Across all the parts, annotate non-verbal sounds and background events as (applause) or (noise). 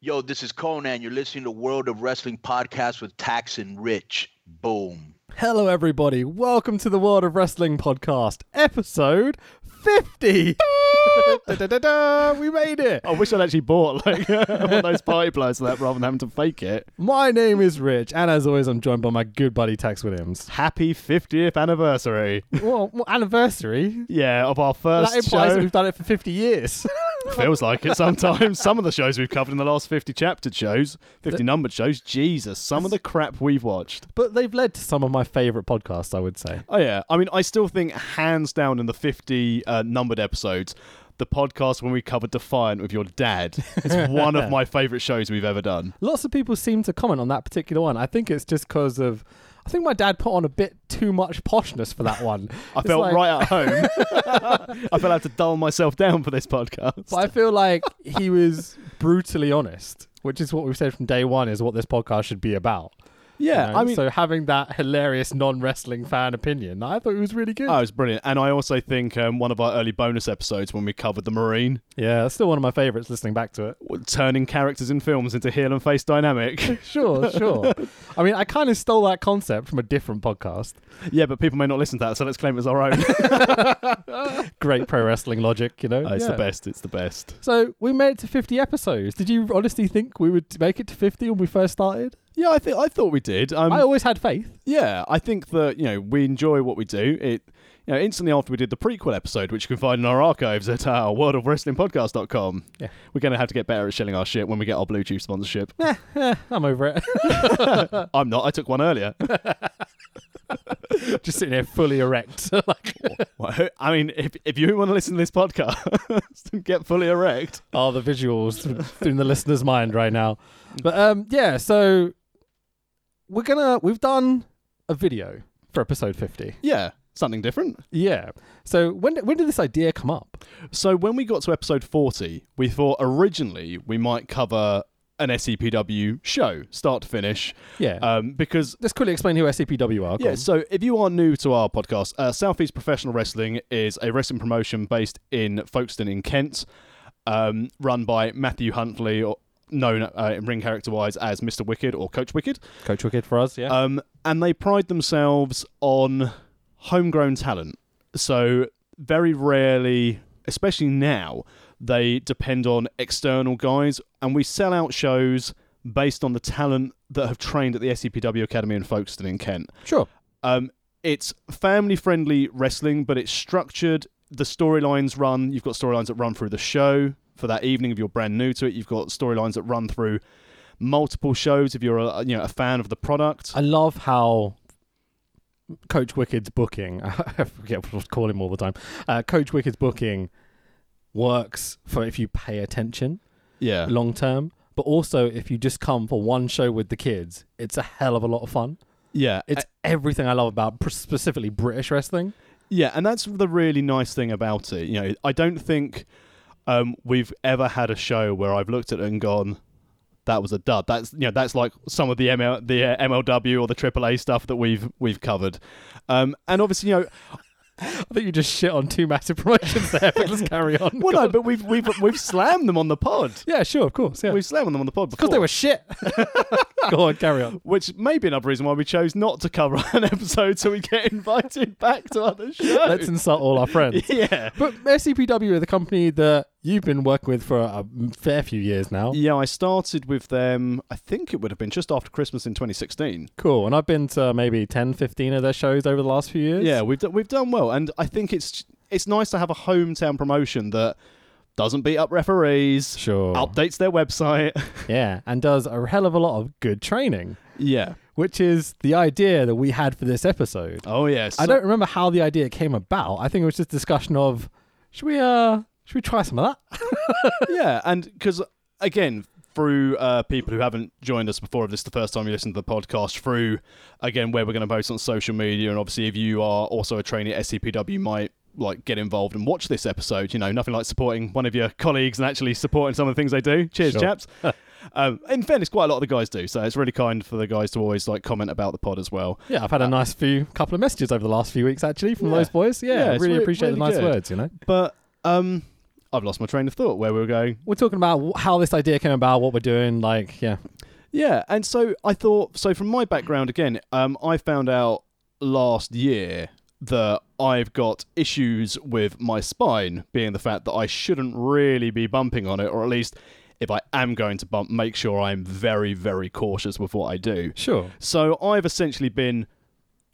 Yo, this is Conan. You're listening to World of Wrestling Podcast with Tax and Rich. Boom. Hello, everybody. Welcome to the World of Wrestling podcast, episode (laughs) 50. Da-da-da-da, we made it. I wish I'd actually bought like (laughs) one of those party pliers for that rather than having to fake it. My name is Rich, and as always, I'm joined by my good buddy Tax Williams. Happy 50th anniversary. Well, well, anniversary. Yeah, of our first That implies that show. we've done it for 50 years. Feels like it sometimes. some of the shows we've covered in the last 50 chaptered shows, 50 numbered shows, Jesus, some of the crap we've watched. (laughs) but they've led to some of my favourite podcasts, I would say. Oh, yeah. I mean, I still think, hands down, in the 50 uh, numbered episodes, the podcast when we covered Defiant with your dad is one (laughs) of my favourite shows we've ever done. Lots of people seem to comment on that particular one. I think it's just because of. I think my dad put on a bit too much poshness for that (laughs) one. I It's felt like- right at (laughs) home. I felt I had to dull myself down for this podcast. But I feel (laughs) like he was brutally honest, which is what we've said from day one is what this podcast should be about. you yeah, know? I mean, so having that hilarious non wrestling fan opinion, I thought it was really good. Oh, it was brilliant. And I also think um, one of our early bonus episodes when we covered the Marine, yeah, that's still one of my favorites. Listening back to it, w- turning characters in films into heel and face (laughs) dynamic. sure, sure. (laughs) I mean, I kind of stole that concept from a different podcast. yeah, but people may not listen to that, so let's claim it as our own. Great pro wrestling logic, you know. (laughs) Oh, it's Yeah. the best. It's the best. So we made it to fifty episodes. Did you honestly think we would make it to fifty when we first started? Yeah, I think I thought we did. Um, I always had faith. yeah, I think that you know we enjoy what we do. It. You know, instantly after we did the prequel episode, which you can find in our archives at uh, worldofwrestlingpodcast.com, Yeah. we're going to have to get better at shelling our shit when we get our Bluetooth sponsorship. Eh, I'm over it. (laughs) I'm not. I took one earlier. (laughs) Just sitting here fully erect. like, Well, I mean, if, if you want to listen to this podcast (laughs) and get fully erect, are the visuals (laughs) in the listener's mind right now. But um, yeah, so we're gonna we've done a video for episode fifty. Yeah, something different. Yeah. So when when did this idea come up? So when we got to episode 40, we thought originally we might cover an SCPW show, start to finish, Yeah. um, because. Let's quickly explain who SCPW are. go Yeah, on. so if you are new to our podcast, uh, Southeast Professional Wrestling is a wrestling promotion based in Folkestone in Kent, um, run by Matthew Huntley, or known uh, in ring character wise as Mr. Wicked or Coach Wicked. Coach Wicked for (laughs) us. Yeah. Um, and they pride themselves on homegrown talent. So very rarely, especially now, they depend on external guys, and we sell out shows based on the talent that have trained at the SCPW Academy in Folkestone in Kent. sure. Um, it's family friendly wrestling, but it's structured. The storylines run. You've got storylines that run through the show for that evening if you're brand new to it. You've got storylines that run through multiple shows if you're a, you know a fan of the product. I love how Coach Wicked's booking, (laughs) I forget what to call him all the time, uh, Coach Wicked's booking works for if you pay attention. Yeah. long term. But also, if you just come for one show with the kids, it's a hell of a lot of fun. Yeah. It's It's everything I love about pr- specifically British wrestling. yeah, and that's the really nice thing about it. You know, I don't think um, we've ever had a show where I've looked at it and gone, "That was a dud." That's you know, that's like some of the ML, the uh, MLW or the AAA stuff that we've we've covered. Um, and obviously, you know, I think you just shit on two massive (laughs) promotions there, but let's carry on. well, no, but we've we've we've slammed them on the pod. yeah, sure, of course. Yeah. We've slammed them on the pod Because because they were shit. (laughs) Go on, carry on. Which may be another reason why we chose not to cover (laughs) an episode so we get (laughs) invited back to other shows. (laughs) Let's insult all our (laughs) friends. (laughs) yeah. But SCPW are the company that you've been working with for a fair few years now. Yeah, I started with them, I think it would have been just after Christmas in 2016. Cool. And I've been to maybe 10, 15 of their shows over the last few years. Yeah, we've, do- we've done well. And I think it's it's nice to have a hometown promotion that doesn't beat up referees, Sure. updates their website. Yeah. And does a hell of a lot of good training. yeah. which is the idea that we had for this episode. Oh, yes. I don't remember how the idea came about. I think it was just discussion of should we uh should we try some of that? yeah, and because again, through uh, people who haven't joined us before, if this is the first time you listen to the podcast, through again where we're going to post on social media, and obviously if you are also a trainee at SCPW, you might like get involved and watch this episode. You know, nothing like supporting one of your colleagues and actually supporting some of the things they do. Cheers, Sure. chaps. um, in fairness, quite a lot of the guys do, so it's really kind for the guys to always like comment about the pod as well. Yeah, I've had a nice few couple of messages over the last few weeks actually from Yeah. those boys. Yeah, Yeah, I it's really re- appreciate really the nice good. words, you know. But um, I've lost my train of thought where we were going. We're talking about wh- how this idea came about, what we're doing. Like, yeah, Yeah, and so I thought. So from my background again, um, I found out last year that I've got issues with my spine, being the fact that I shouldn't really be bumping on it, or at least if I am going to bump, make sure I'm very, very cautious with what I do. sure. So I've essentially been,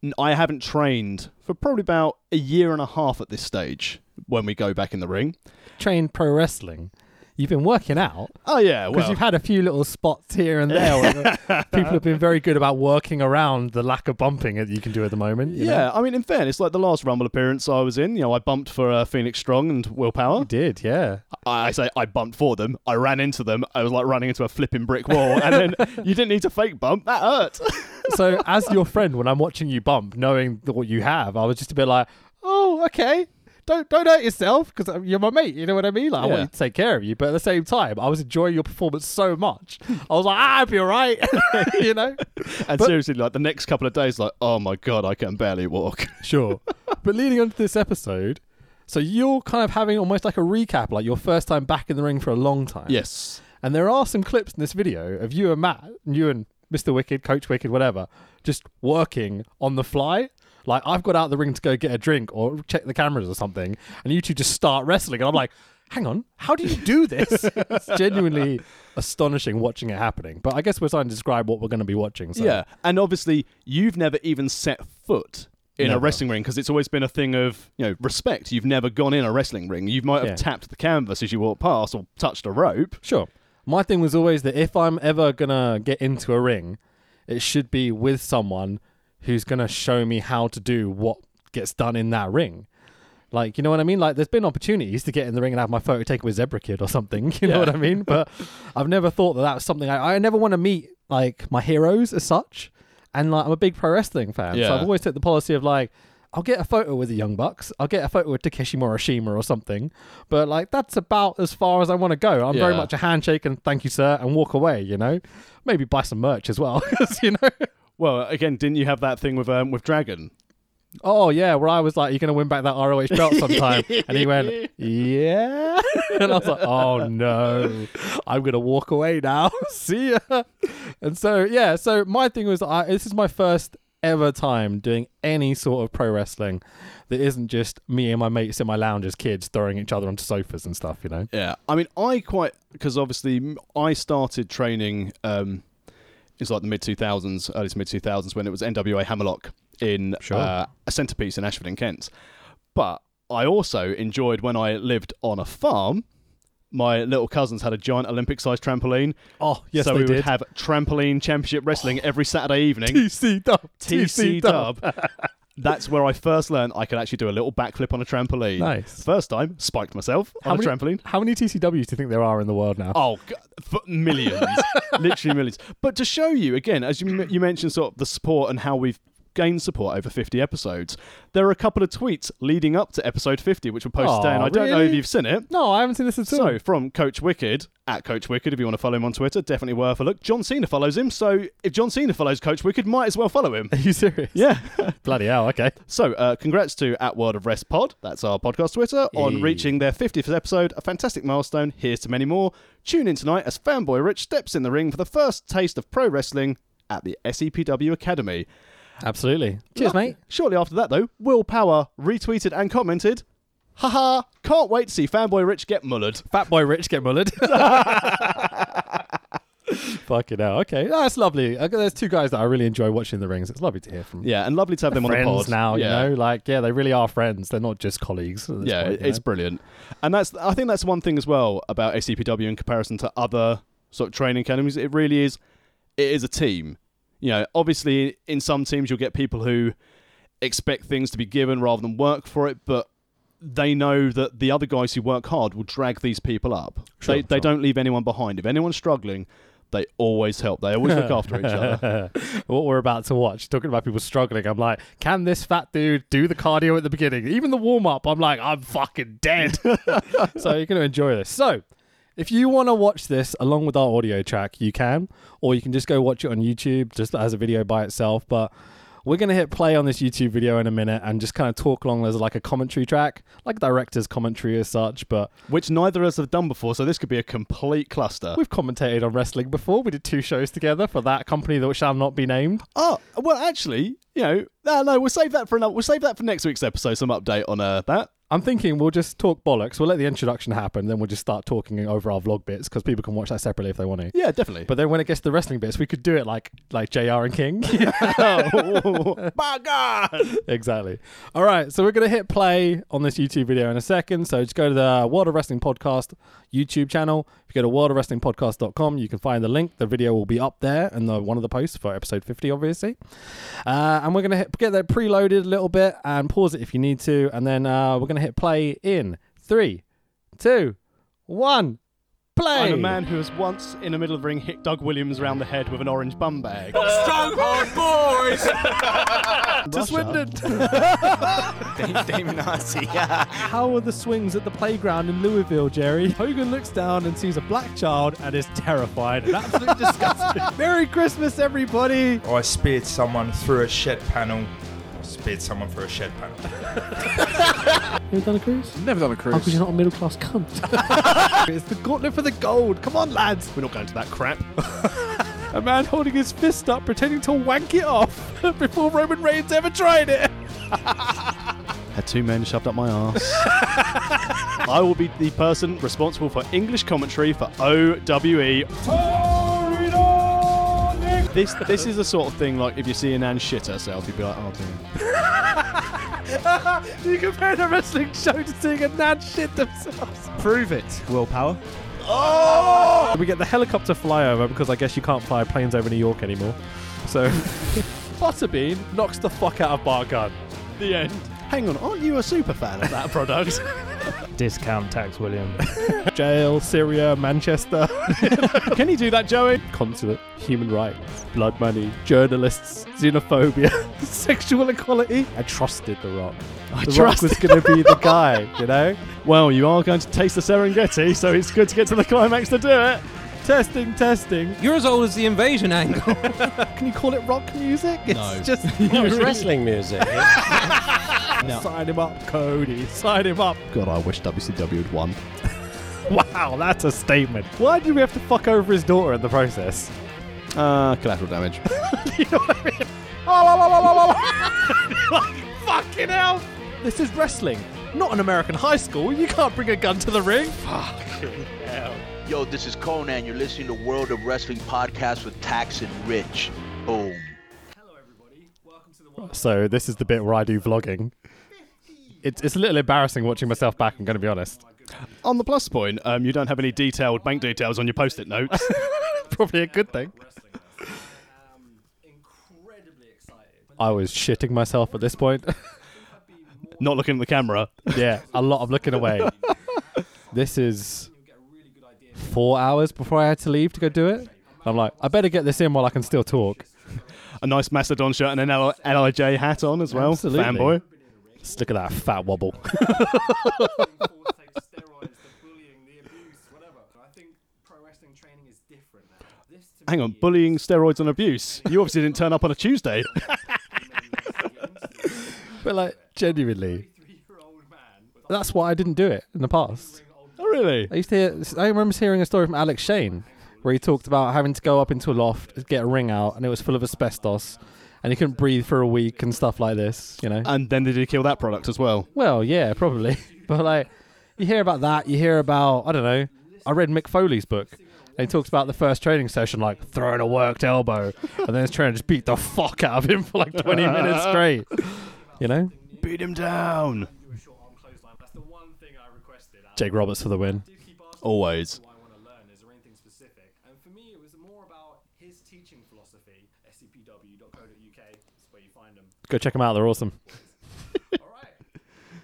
n- I haven't trained for probably about a year and a half at this stage. When we go back in the ring, Trained pro wrestling. You've been working out oh yeah, because well, you've had a few little spots here and there. where (laughs) the- people have been very good about working around the lack of bumping that you can do at the moment. you know? Yeah, I mean, in fairness, like the last Rumble appearance I was in, you know, I bumped for uh, Phoenix Strong and Willpower. you did. Yeah, I, I say I bumped for them. I ran into them. I was like running into a flipping brick wall, and then (laughs) you didn't need to fake bump. That (laughs) hurt. so as your friend, when I'm watching you bump, knowing th- what you have, I was just a bit like, oh, okay. Don't don't hurt yourself because you're my mate. You know what I mean. Like I Yeah. want you to take care of you, but at the same time, I was enjoying your performance so much. I was like, ah, I'll be all right. (laughs) you know. And seriously, like the next couple of days, like oh my god, I can barely walk. Sure. but leading on to this episode, so you're kind of having almost like a recap, like your first time back in the ring for a long time. (laughs) yes. And there are some clips in this video of you and Matt, and you and Mr. Wicked, Coach Wicked, whatever, just working on the fly. Like I've got out of the ring to go get a drink or check the cameras or something, and you two just start wrestling, and I'm like, hang on, how do you do this? it's genuinely astonishing watching it happening. But I guess we're starting to describe what we're going to be watching. So. Yeah, and obviously you've never even set foot in a Never. wrestling ring because it's always been a thing of you know respect. You've never gone in a wrestling ring. You might have Yeah. tapped the canvas as you walked past or touched a rope. Sure. My thing was always that if I'm ever gonna get into a ring, it should be with someone who's gonna show me how to do what gets done in that ring. Like, you know what I mean? Like, there's been opportunities to get in the ring and have my photo taken with Zebra Kid or something. (laughs) You know Yeah. what I mean? But I've never thought that that was something I, I never want to meet, like, my heroes as such. And, like, I'm a big pro wrestling fan. So Yeah. I've always took the policy of, like, I'll get a photo with the Young Bucks. I'll get a photo with Takeshi Morishima or something. But, like, that's about as far as I want to go. I'm very Yeah. much a handshake and thank you, sir, and walk away, you know? Maybe buy some merch as well, (laughs) 'cause, you know? Well, again, didn't you have that thing with um, with Dragon? Oh yeah, where I was like, "You're gonna win back that ROH belt sometime," and he went, "Yeah," (laughs) and I was like, "Oh no, I'm gonna walk away now. (laughs) See ya." And so yeah, so my thing was, I, this is my first ever time doing any sort of pro wrestling that isn't just me and my mates in my lounge as kids throwing each other onto sofas and stuff. You know, Yeah, I mean, I quite because obviously m- I started training. Um, it's like the mid two thousands, early to mid two thousands when it was NWA Hammerlock in Sure. uh, a centerpiece in Ashford and Kent. But I also enjoyed when I lived on a farm. My little cousins had a giant Olympic-sized trampoline. oh yes, so they we did. (laughs) would have trampoline championship wrestling every Saturday evening. TC dub, TC Dub. (laughs) That's where I first learned I could actually do a little backflip on a trampoline. Nice. First time, spiked myself How on many- a trampoline. How many TCWs do you think there are in the world now? Oh, g- f- millions, (laughs) literally millions. But to show you again, as you m- you mentioned, sort of the support and how we've gained support over 50 episodes. There are a couple of tweets leading up to episode 50, which were posted Aw, today, and I don't know if really? you've seen it. No, I haven't seen this at (laughs) all. So from Coach Wicked at Coach Wicked, if you want to follow him on Twitter, definitely worth a look. John Cena follows him, so if John Cena follows Coach Wicked, might as well (laughs) follow him. Are you serious? Yeah. Bloody hell. Okay. So, uh, congrats to At World of Rest Pod, that's our podcast Twitter, on Hey. reaching their 50th episode, a fantastic milestone. Here's to many more. Tune in tonight as fanboy Rich steps in the ring for the first taste of pro wrestling at the SEPW Academy. Absolutely. Cheers, Lo- mate. Shortly after that, though, Will Power retweeted and commented, haha, can't wait to see fanboy Rich get mullered. Fat boy Rich get (laughs) mullered. Fucking hell. Okay. No, that's lovely. Okay, There's two guys that I really enjoy watching in the rings. It's lovely to hear from. Yeah, and lovely to have them on the Friends pod. now, Yeah. you know, like yeah, they really are friends. They're not just colleagues. at this yeah, point, you it's know? brilliant. And that's I think that's one thing as well about ACPW in comparison to other sort of training academies. It really is it is a team. You know, obviously in some teams you'll get people who expect things to be given rather than work for it, but they know that the other guys who work hard will drag these people up. Sure, they they sure. don't leave anyone behind. If anyone's struggling, they always help. They always look after each other. (laughs) what we're about to watch, talking about people struggling. I'm like, can this fat dude do the cardio at the beginning? Even the warm up, I'm like, I'm fucking dead. (laughs) so you're going to enjoy this. So if you want to watch this along with our audio track, you can, or you can just go watch it on YouTube just as a video by itself. But We're gonna hit play on this YouTube video in a minute and just kind of talk along as like a commentary track, like director's commentary as such. But which neither of us have done before, so this could be a complete cluster. we've commentated on wrestling before. We did two shows together for that company that shall not be named. Oh, well, actually, you know, no, no, we'll save that for another. We'll save that for next week's episode. Some update on uh, that. I'm thinking we'll just talk bollocks. We'll let the introduction happen, then we'll just start talking over our vlog bits because people can watch that separately if they want to. Yeah, definitely. But then when it gets to the wrestling bits, we could do it like like Jr. and King. (laughs) oh, (laughs) my God! exactly. All right, so we're gonna hit play on this YouTube video in a second. So just go to the World of Wrestling Podcast YouTube channel. If you go to worldofwrestlingpodcast.com, you can find the link. The video will be up there and the one of the posts for episode 50, obviously. Uh, and we're gonna hit, get that preloaded a little bit and pause it if you need to, and then uh, we're gonna hit play in three, two, one, play. And a man who was once in the middle of the ring hit Doug Williams round the head with an orange bum bag. to Swindon. Damon Arcee, yeah. How are the swings at the playground in Louisville, Jerry? (laughs) Hogan looks down and sees a black child and is terrified and absolutely disgusted. Merry Christmas, everybody! I speared someone through a shed panel. Speared someone through a shed panel. You ever done a cruise? Never done a cruise. Because you're not a middle class cunt. (laughs) it's the gauntlet for the gold. Come on, lads. We're not going to that crap. A man holding his fist up, pretending to wank it off (laughs) before Roman Reigns ever tried it. Had two men shoved up my ass. (laughs) I will be the person responsible for English commentary for OWE. This this is the sort of thing like if you see an Ann shit herself, you'd be like, oh damn. you compare the wrestling show to seeing a nan shit themselves. Oh! Prove it. Willpower. We get the helicopter flyover because I guess you can't fly planes over New York anymore. (laughs) So, Potterbean knocks the fuck out of Bart Gunn. The end. Hang on, aren't you a super fan of that (laughs) product? Discount tax, William. (laughs) Jail, Syria, Manchester. (laughs) Can you do that, Joey? Consulate, human rights, blood money, journalists, xenophobia, (laughs) sexual equality. I trusted The Rock. I The Rock was going to be the guy, you know? Well, you are going to taste the Serengeti, so it's good to get to the climax to do it. Testing, testing. You're as old as the invasion angle. (laughs) Can you call it rock music? It's No. just it's wrestling music. sign him up, Cody. Sign him up. God, I wish WCW had won. (laughs) Wow, that's a statement. Why did we have to fuck over his daughter in the process? Uh, collateral (laughs) damage. (laughs) Fucking hell! This is wrestling, not an American high school. You can't bring a gun to the ring. Yo, this is Conan. You're listening to World of Wrestling Podcast with Tax and Rich. Boom. So this is the bit where I do vlogging. It's, it's a little embarrassing watching myself back. I'm going to be honest. on the plus point, um, you don't have any detailed bank details on your post-it notes. Probably a good thing. I was shitting myself at this point. (laughs) Not looking at the camera. yeah, a lot of looking away. this is four hours before I had to leave to go do it. I'm like, I better get this in while I can still talk. A nice Mastodon shirt and an L- LIJ hat on as well. Absolutely. Fanboy. Just look at that fat wobble. (laughs) Hang on, bullying, steroids, and abuse. You obviously didn't turn up on (laughs) a Tuesday. but like, genuinely, that's why I didn't do it in the past. oh, really? I used to hear, I remember hearing a story from Alex Shane where he talked about having to go up into a loft, get a ring out, and it was full of asbestos, and he couldn't breathe for a week and stuff like this. You know. And then they did kill that product as well. Well, yeah, probably. (laughs) But like, you hear about that. You hear about I don't know. I read Mick Foley's book. And he talks about the first training session, like throwing a worked elbow, and then his trainer just beat the fuck out of him for like 20 minutes straight. You know, Beat him down. Jake Roberts for the win. Always. I want to learn? Is there anything specific? And for me, it was more about his teaching philosophy, scpw.co.uk, that's where you find them. Go check them out; they're awesome. (laughs) All right.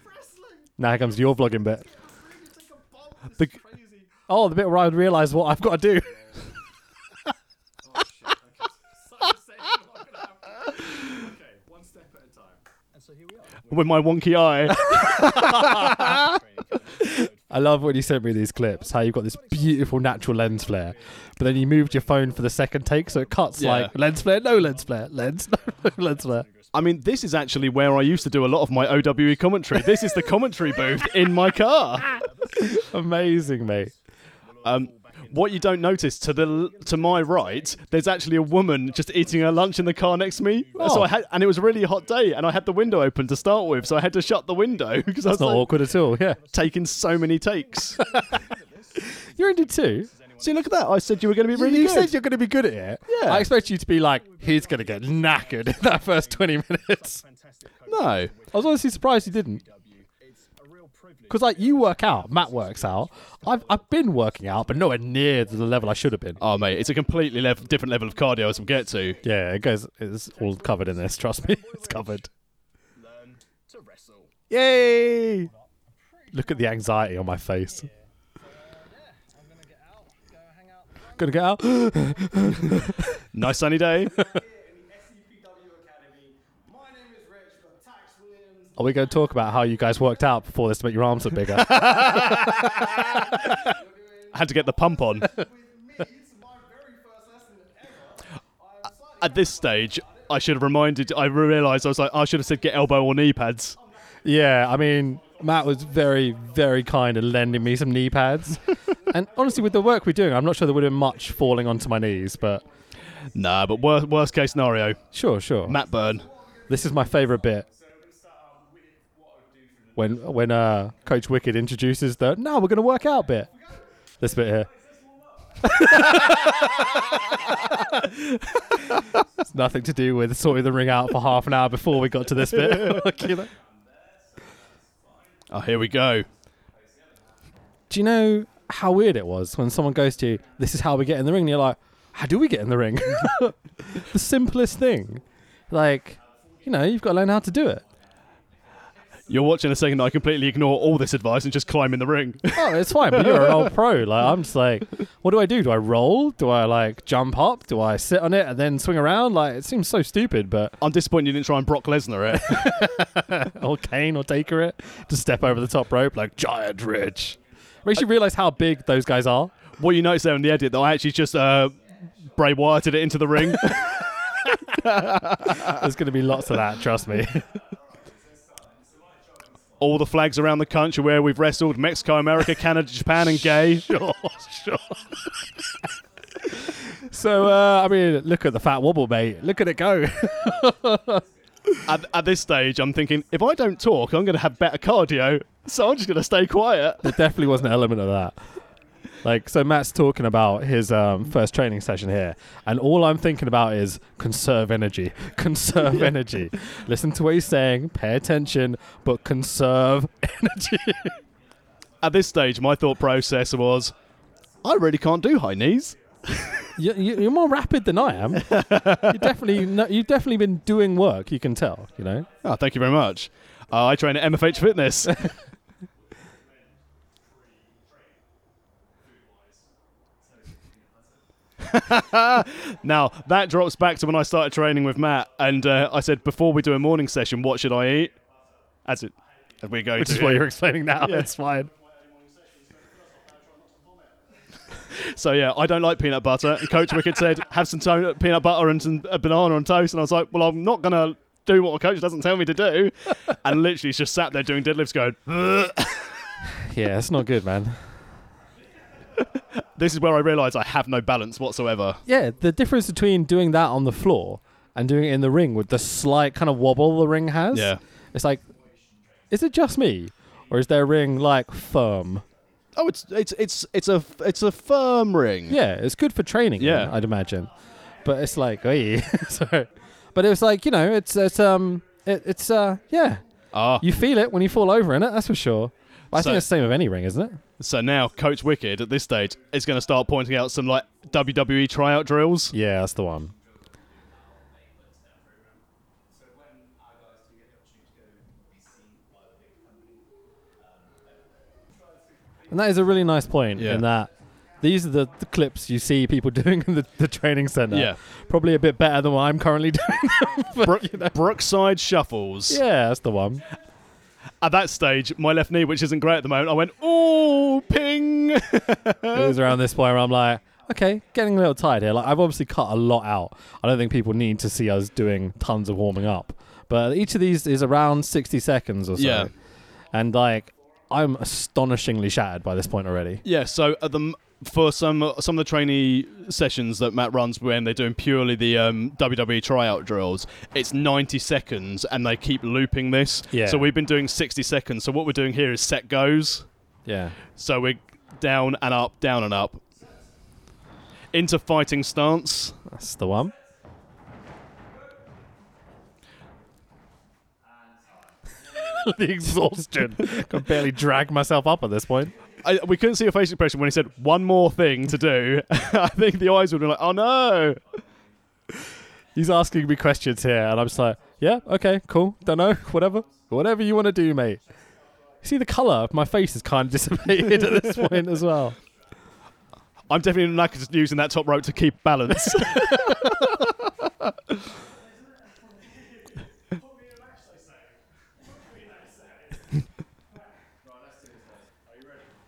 Wrestling! Now here comes your vlogging bit. Really take a bomb. This The- is crazy. Oh, the bit where I realise what I've got to do. (laughs) Oh, shit. Okay. (laughs) Such a session. I'm gonna have to- Okay, one step at a time. With my wonky eye. I love when you sent me these clips. How you've got this beautiful natural lens flare, but then you moved your phone for the second take, so it cuts Yeah. like lens flare, (laughs) no lens flare, lens, no lens flare. I mean, this is actually where I used to do a lot of my OWE commentary. This is the commentary booth in my car. Amazing, mate. Um, what you don't notice to the l- to my right, there's actually a woman just eating her lunch in the car next to me. So I had, and it was a really hot day, and I had the window open to start with, so I had to shut the window (laughs) because I was It's not like, awkward at all. Yeah. taking so many takes. You're into two. See, look at that! (laughs) I said you were going to be really you good. said you're going to be good at it. Yeah. I expect you to be like, he's going to get knackered in that first 20 minutes. no, I was honestly surprised you didn't. Because like you work out, Matt works out. I've I've been working out, but nowhere near the level I should have been. oh mate, it's a completely lev- different level of cardio as we get to. Yeah, it goes. It's all covered in this. Trust me, (laughs) it's covered. Learn to wrestle. Yay! Look at the anxiety on my face. Gonna get out. (gasps) Nice sunny (laughs) day. SCPW Academy. My name is Rich. Got Tax Williams. Are we going to talk about how you guys worked out before this to make your arms look bigger? I had to get the pump (laughs) on. Me. It's my very first lesson ever. I am slightly At this stage, I should have reminded. I realised I was like, I should have said get elbow or knee pads. yeah, I mean, Matt was very, very kind in lending me some knee pads. and honestly, with the work we're doing, I'm not sure there would have been much falling onto my knees, but Nah, but worst worst case scenario, sure, sure. Matt Burn. This is my favorite bit. When when uh, Coach Wicked introduces the no, we're gonna work out bit. This bit here. it's nothing to do with sorting the ring out for half an hour before we got to this bit. Like, you know. Oh, here we go. do you know how weird it was when someone goes to you, this is how we get in the ring? And you're like, how do we get in the ring? (laughs) the simplest thing. Like, you know, you've got to learn how to do it. You're watching a second. I completely ignore all this advice and just climb in the ring. (laughs) oh, it's fine, but you're an old pro. Like I'm just like, what do I do? Do I roll? Do I like jump up? Do I sit on it and then swing around? Like it seems so stupid, but (laughs) I'm disappointed you didn't try and Brock Lesnar it. (laughs) or Kane or Taker it to step over the top rope like giant ridge. Makes you realise how big those guys are. what you notice there in the edit, though, I actually just uh, Bray Wyatted it into the ring. There's going to be lots of that, trust me. (laughs) all the flags around the country where we've wrestled Mexico, America, Canada, Japan, and gay. Sure, sure. so uh, I mean, look at the fat wobble, mate. Look at it go. (laughs) At, at this stage, I'm thinking if I don't talk, I'm going to have better cardio, so I'm just going to stay quiet. there definitely was an element of that. Like, so Matt's talking about his um, first training session here, and all I'm thinking about is conserve energy, (laughs) conserve energy. Listen to what he's saying, pay attention, but conserve energy. At this stage, my thought process was, I really can't do high knees. you, you, you're more rapid than I am. You're (laughs) definitely, no, you've definitely been doing work. You can tell, you know. Oh, thank you very much. Uh, I train at MFH (laughs) Fitness. now that drops back to when I started training with Matt, and uh, I said before we do a morning session, what should I eat? As it, as we go Which to is what you're explaining now. Yeah. It's fine. So yeah, I don't like peanut butter. And Coach Wicked said, "Have some to- peanut butter and some a banana on toast." And I was like, "Well, I'm not gonna do what a coach doesn't tell me to do." and literally just sat there doing deadlifts, going, Yeah, it's not good, man. "This is where I realise I have no balance whatsoever." Yeah, the difference between doing that on the floor and doing it in the ring with the slight kind of wobble the ring has. Yeah. It's like, is it just me? Or is their ring like firm? Oh, it's it's it's it's a it's a firm ring. Yeah, it's good for training. Yeah. I'd imagine. But it's like, hey, (laughs) sorry. But it was like, you know, it's, it's, um, it, it's, uh, yeah. Ah, You feel it when you fall over in it, that's for sure. But I So- think it's the same with any ring, isn't it? so now Coach Wicked at this stage is going to start pointing out some like WWE tryout drills. (laughs) Yeah, that's the one. And that is a really nice point Yeah. in that these are the, the clips you see people (laughs) doing in the, the training center. Yeah. Probably a bit better than what I'm currently (laughs) doing. Brook, Brookside shuffles. yeah, that's the one. At that stage, my left knee, which isn't great at the moment, I went, "Ooh, ping." (laughs) it was around this point where I'm like, okay, getting a little tired here. Like I've obviously cut a lot out. I don't think people need to see us doing tons of warming up. But each of these is around 60 seconds or so. Yeah. And like, I'm astonishingly shattered by this point already. Yeah, so at the m- for some some of the trainee sessions that Matt runs when they're doing purely the um, WWE tryout drills, it's 90 seconds and they keep looping this. Yeah. So we've been doing 60 seconds. So what we're doing here is set goes. Yeah. So we're down and up, down and up. Into fighting stance. That's the one. (laughs) the exhaustion. (laughs) Can barely drag myself up at this point. I, we couldn't see your face expression when he said one more thing to do. (laughs) I think the eyes would be like, oh no. He's asking me questions here, and I'm just like, yeah, okay, cool, don't know, (laughs) whatever, whatever you want to do, mate. See, the color of my face has kind of (laughs) dissipated at this point as well. I'm definitely not just using that top rope to keep (laughs) balance.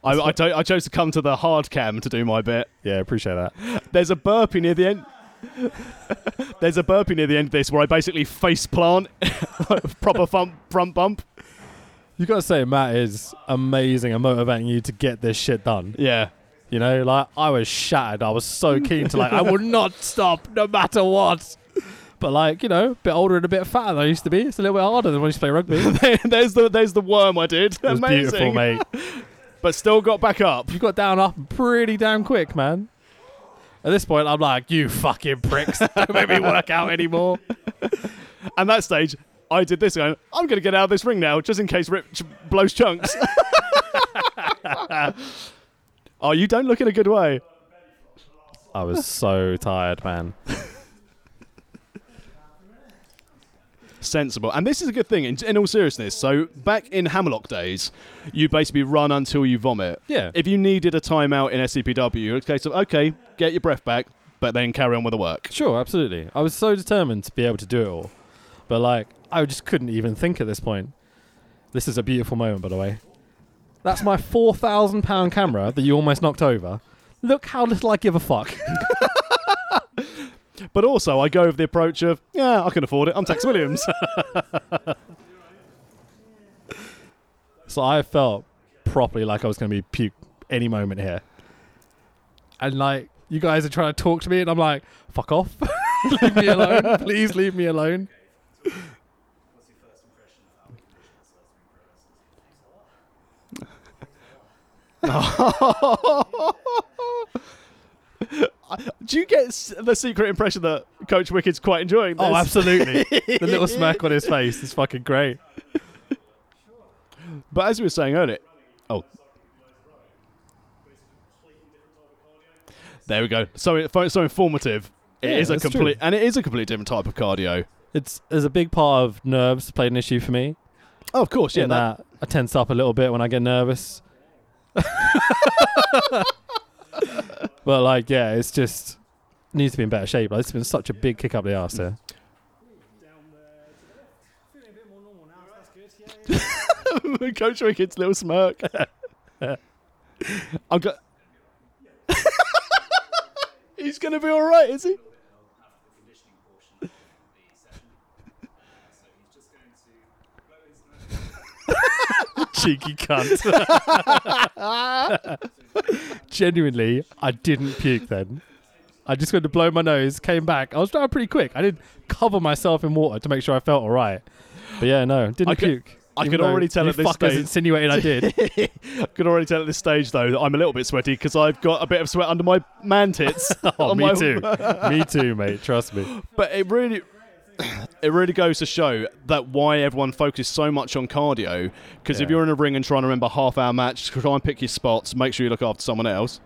I, I, to- I chose to come to the hard cam to do my bit. Yeah, appreciate that. There's a burpee near the end. (laughs) There's a burpee near the end of this where I basically face plant, (laughs) proper front, front bump. You gotta say, Matt is amazing at motivating you to get this shit done. Yeah. You know, like I was shattered. I was so keen to like, I will not stop no matter what. But like, you know, a bit older and a bit fatter than I used to be. It's a little bit harder than when I used to play rugby. It (laughs) there's the there's the worm I did. was Amazing. beautiful, mate. But still got back up. You got down up pretty damn quick, man. At this point, I'm like, you fucking pricks. (laughs) Don't make me work out (laughs) anymore. And that stage, I did this going, I'm going to get out of this ring now, just in case Rip ch- blows chunks. (laughs) oh, you don't look in a good way. I was so tired, man. Sensible. And this is a good thing, in, in all seriousness. So, back in Hammerlock days, you basically run until you vomit. Yeah. If you needed a timeout in SCPW, it's a case of, okay, get your breath back, but then carry on with the work. Sure, absolutely. I was so determined to be able to do it all. But, like, I just couldn't even think at this point. This is a beautiful moment, by the way. That's my £4,000 camera that you almost knocked over. Look how little I give a fuck. (laughs) But also, I go with the approach of, yeah, I can afford it. I'm Tex Williams. So I felt properly like I was going to be puke any moment here. And like, you guys are trying to talk to me, and I'm like, fuck off. (laughs) leave me alone. Please leave me alone. Do you get s- the secret impression that Coach Wicked's quite enjoying this? Oh, absolutely. (laughs) the little smirk on his face is fucking great. But as we were saying earlier, oh, there we go. So it- so informative. It is Yeah, a that's complete, true. and it is a completely different type of cardio. It's there's a big part of nerves played an issue for me. Oh, of course, yeah. in That, that I tense up a little bit when I get (laughs) nervous. but like, yeah, it's just needs to be in better shape. Like, it's been such a big kick up the arse (laughs) here. Feeling a bit more normal now, so that's good. Yeah, (laughs) yeah. Coach Wicked's little smirk. (laughs) I'm go- (laughs) He's gonna be all right, is he? (laughs) cheeky cunt. (laughs) Genuinely, I didn't puke then. I just went to blow my nose, came back. I was down pretty quick. I did cover myself in water to make sure I felt all right. But yeah, no, didn't I could- puke. I Even could though already tell you at this fuckers stage- insinuated I (laughs) did. I can already tell at this stage though that I'm a little bit sweaty because I've got a bit of sweat under my man (laughs) tits. (laughs) oh, On me my- too. me too, mate. Trust me. But it really, it really goes to show that why everyone focuses so much on cardio. Because if Yeah. you're in a ring and trying to remember a half-hour match, try and pick your spots. Make sure you look after someone else.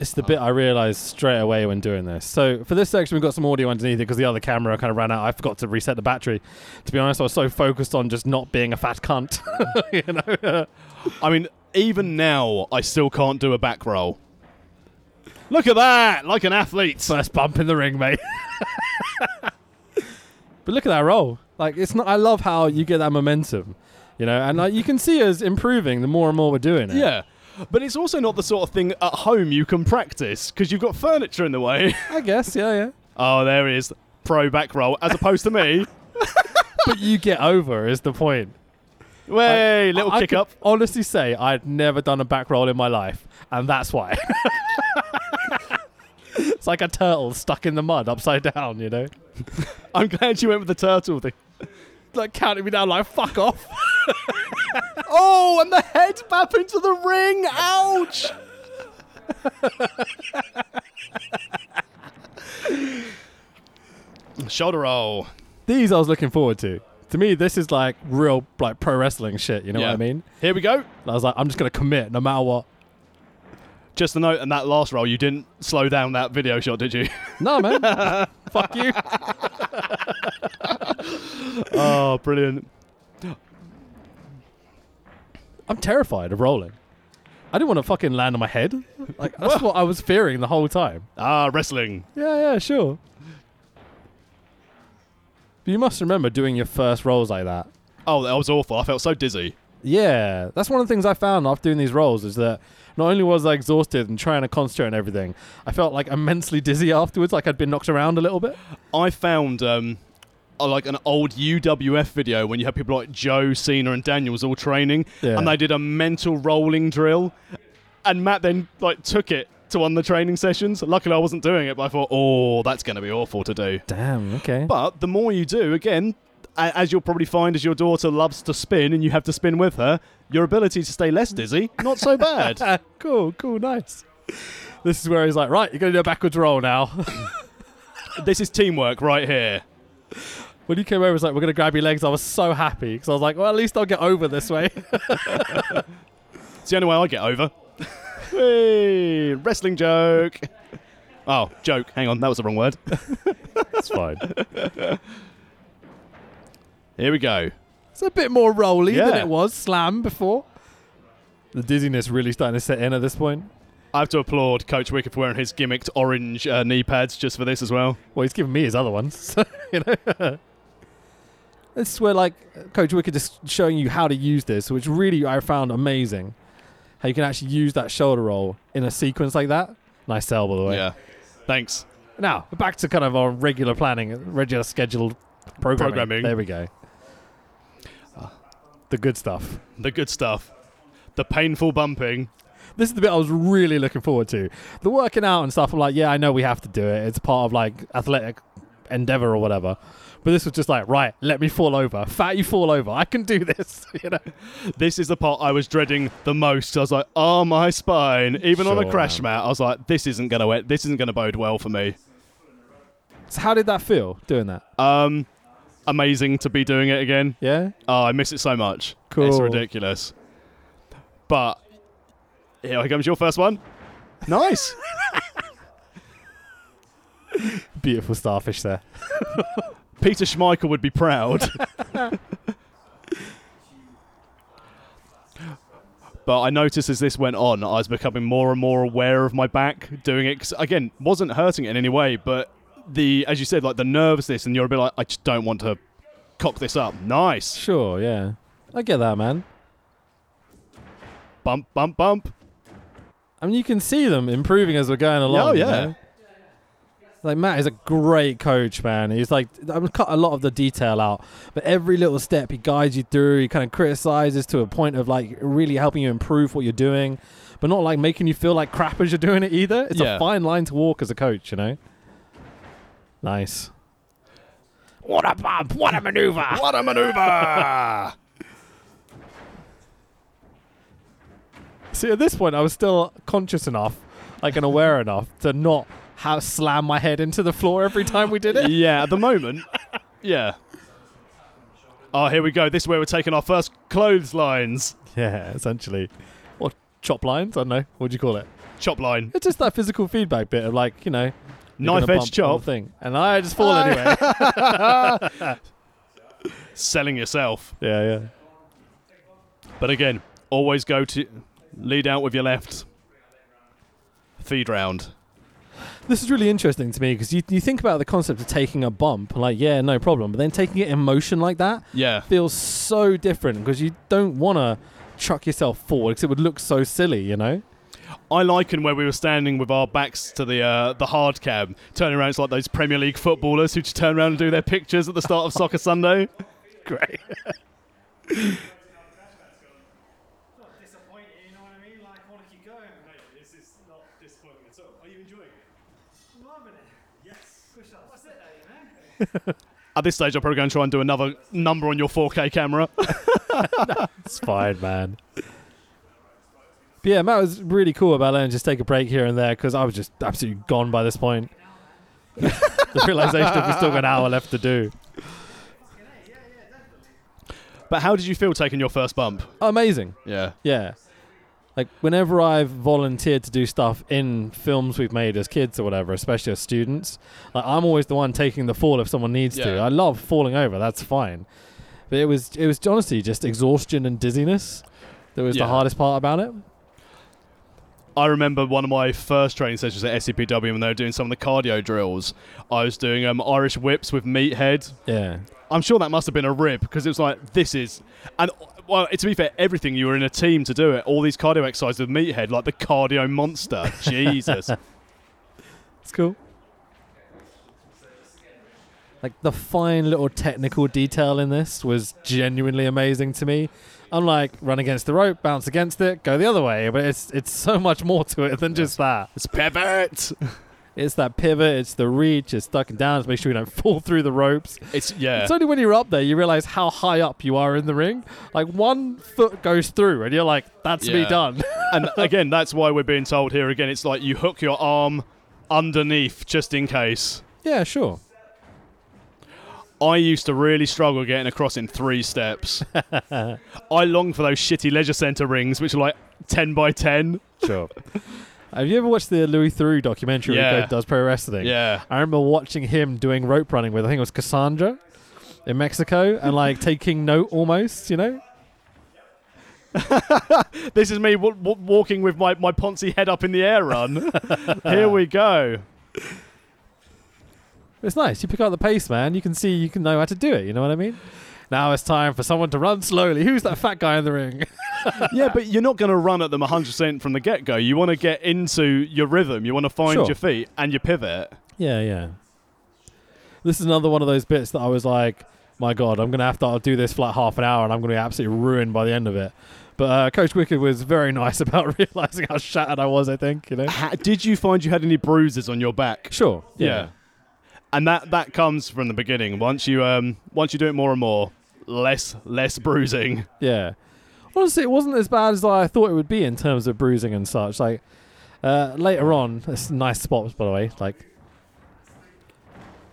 It's the bit I realized straight away when doing this. So for this section, we've got some audio underneath it because the other camera kind of ran out. I forgot to reset the battery. To be honest, I was so focused on just not being a fat cunt. (laughs) you know. I mean, even now, I still can't do a back roll. Look at that, like an athlete. First bump in the ring, mate. (laughs) but look at that roll. Like it's not. I love how you get that momentum, you know, and like you can see us improving the more and more we're doing it. yeah. But it's also not the sort of thing at home you can practice because you've got furniture in the way. (laughs) I guess. Yeah, yeah. oh, there he is. Pro back roll, as opposed to me. but you get over is the point. Way, (laughs) little I kick could up. Honestly, say I'd never done a back roll in my life, and that's why. (laughs) it's like a turtle stuck in the mud upside down. You know, (laughs) I'm glad you went with the turtle thing. (laughs) like counting me down, like fuck off. (laughs) Oh, and the head bap into the ring. Ouch. Shoulder roll. These I was looking forward to. To me, this is like real like pro wrestling shit. You know what I mean? Here we go. I was like, I'm just gonna commit no matter what. Just a note, and that last roll, you didn't slow down that video shot, did you? (laughs) No man, fuck you. oh, brilliant. I'm terrified of rolling. I didn't want to fucking land on my head. Like that's what I was fearing the whole time. Ah, wrestling. Yeah, yeah, sure. But you must remember doing your first rolls like that. Oh, that was awful. I felt so dizzy. Yeah, that's one of the things I found after doing these rolls is that not only was I exhausted and trying to concentrate on everything, I felt like immensely dizzy afterwards, like I'd been knocked around a little bit. I found um, uh, like an old UWF video when you had people like Joe, Cena, and Daniels all training, Yeah. and they did a mental rolling drill, and Matt then like took it to one of the training sessions. Luckily, I wasn't doing it, but I thought, oh, that's going to be awful to do. Damn. Okay. But the more you do, again, a- as you'll probably find, as your daughter loves to spin and you have to spin with her, your ability to stay less dizzy not (laughs) so bad. Uh, Ah, cool. Cool. Nice. This is where he's like, right, you're gonna do a backwards roll now. (laughs) this is teamwork right here. when you came over, it was like, we're gonna grab your legs. I was so happy because I was like, well, at least I'll get over this way. (laughs) It's the only way I get over. Whee! Wrestling joke. Oh, joke. Hang on, that was the wrong word. (laughs) That's fine. Here we go. It's a bit more rolly than Yeah. it was slam before. The dizziness really starting to set in at this point. I have to applaud Coach Wicker for wearing his gimmicked orange uh, knee pads just for this as well. Well, he's given me his other ones. (laughs) So, you know. (laughs) this is where like Coach Wicker just showing you how to use this, which really I found amazing. How you can actually use that shoulder roll in a sequence like that. Nice sell, by the way. Yeah. Thanks. Now back to kind of our regular planning, regular scheduled programming. Programming. There we go. The good stuff. The good stuff. The painful bumping. This is the bit I was really looking forward to. The working out and stuff. I'm like, yeah, I know we have to do it. It's part of like athletic endeavor or whatever. But this was just like, right, let me fall over. Fat you fall over. I can do (laughs) this. You know. This is the part I was dreading the most. I was like, oh my spine. Even on a Sure, crash man. mat, I was like, this isn't gonna this isn't gonna bode well for me. So how did that feel doing that? Um amazing to be doing it again. yeah. Oh, I miss it so much. It's Cool. ridiculous. But here comes your first one. Nice. (laughs) Beautiful starfish there. Peter Schmeichel would be proud. but I noticed as this went on, I was becoming more and more aware of my back doing it. 'cause, again, wasn't hurting it in any way, but the as you said, like the nervousness, and you're a bit like, I just don't want to cock this up. Nice. Sure. Yeah. I get that, man. Bump, bump, bump. I mean, you can see them improving as we're going along. Oh, you yeah. know? Like Matt is a great coach, man. He's like I've cut a lot of the detail out, but every little step he guides you through. He kind of criticizes to a point of like really helping you improve what you're doing, but not like making you feel like crap as you're doing it either. It's Yeah. a fine line to walk as a coach, you know. Nice. What a bump! What a maneuver! What a maneuver! See, at this point, I was still conscious enough, like and aware (laughs) enough to not how slam my head into the floor every time we did it. yeah, at the moment, yeah. Oh, here we go. This is where we're taking our first clotheslines. (laughs) Yeah, essentially. Or chop lines, I don't know. What do you call it? Chop line. It's just that physical feedback bit of like, you know, you're gonna Knife edge bump on the chop. thing. And I just fall (laughs) anyway. Selling yourself. yeah, yeah. But again, always go to lead out with your left. Feed round. This is really interesting to me because you, you think about the concept of taking a bump, like, yeah, no problem. But then taking it in motion like that Yeah. feels so different because you don't want to chuck yourself forward because it would look so silly, you know? I liken where we were standing with our backs to the uh, the hard cam, turning around. It's like those Premier League footballers who just turn around and do their pictures at the start of Soccer Sunday. great. Not disappointing, you know what I mean? Like, I want to keep going. Mate, this is not disappointing at all. Are you enjoying it? I'm loving it. Yes. Push ups. What's it, you man? (laughs) At this stage, I'm probably going to try and do another number on your 4K camera. It's fine, man. But yeah, Matt was really cool about letting just take a break here and there because I was just absolutely gone by this point. (laughs) the realization that we still got an hour left to do. But how did you feel taking your first bump? Amazing. Yeah. Yeah. Like whenever I've volunteered to do stuff in films we've made as kids or whatever, especially as students, like I'm always the one taking the fall if someone needs to. Yeah. I love falling over, that's fine. But it was it was honestly just exhaustion and dizziness that was Yeah. the hardest part about it. I remember one of my first training sessions at SCPW when they were doing some of the cardio drills. I was doing um, Irish whips with meathead. Yeah. I'm sure that must have been a rib because it was like this is, and well, to be fair, everything you were in a team to do it. All these cardio exercises with meathead, like the (laughs) cardio monster. Jesus. It's cool. Like the fine little technical detail in this was genuinely amazing to me. I'm like run against the rope, bounce against it, go the other way, but it's it's so much more to it than just that. It's pivot. It's that pivot, it's the reach, it's ducking down, it's make sure you don't (laughs) fall through the ropes. It's yeah. It's only when you're up there you realize how high up you are in the ring. Like one foot goes through and you're like, that's me Yeah. done. (laughs) and again, that's why we're being told here again. It's like you hook your arm underneath just in case. yeah, sure. I used to really struggle getting across in three (laughs) steps. I long for those shitty leisure centre rings, which are like ten by ten. Sure. Have you ever watched the Louis Theroux documentary where he Yeah. go- does pro wrestling? Yeah. I remember watching him doing rope running with I think it was Cassandra in Mexico and (laughs) like taking note almost, you know? This is me w- w- walking with my, my Ponzi head up in the air (laughs) run. Here we go. It's nice. You pick up the pace, man. You can see you can know how to do it, you know what I mean? Now it's time for someone to run slowly. Who's that fat guy in the ring? (laughs) Yeah, but you're not going to run at them 100% from the get go. You want to get into your rhythm. You want to find Sure. your feet and your pivot. yeah, yeah. This is another one of those bits that I was like, my God, I'm going to have to do this for like half an hour and I'm going to be absolutely ruined by the end of it. But uh, Coach Wicker was very (laughs) nice about realizing how shattered I was, I think, you know? Ha- did you find you had any bruises on your back? Sure. And that, that comes from the beginning. Once you um once you do it more and more, less less bruising. Yeah. Honestly, it wasn't as bad as I thought it would be in terms of bruising and such. Like uh, later on, it's nice spots by the way. Like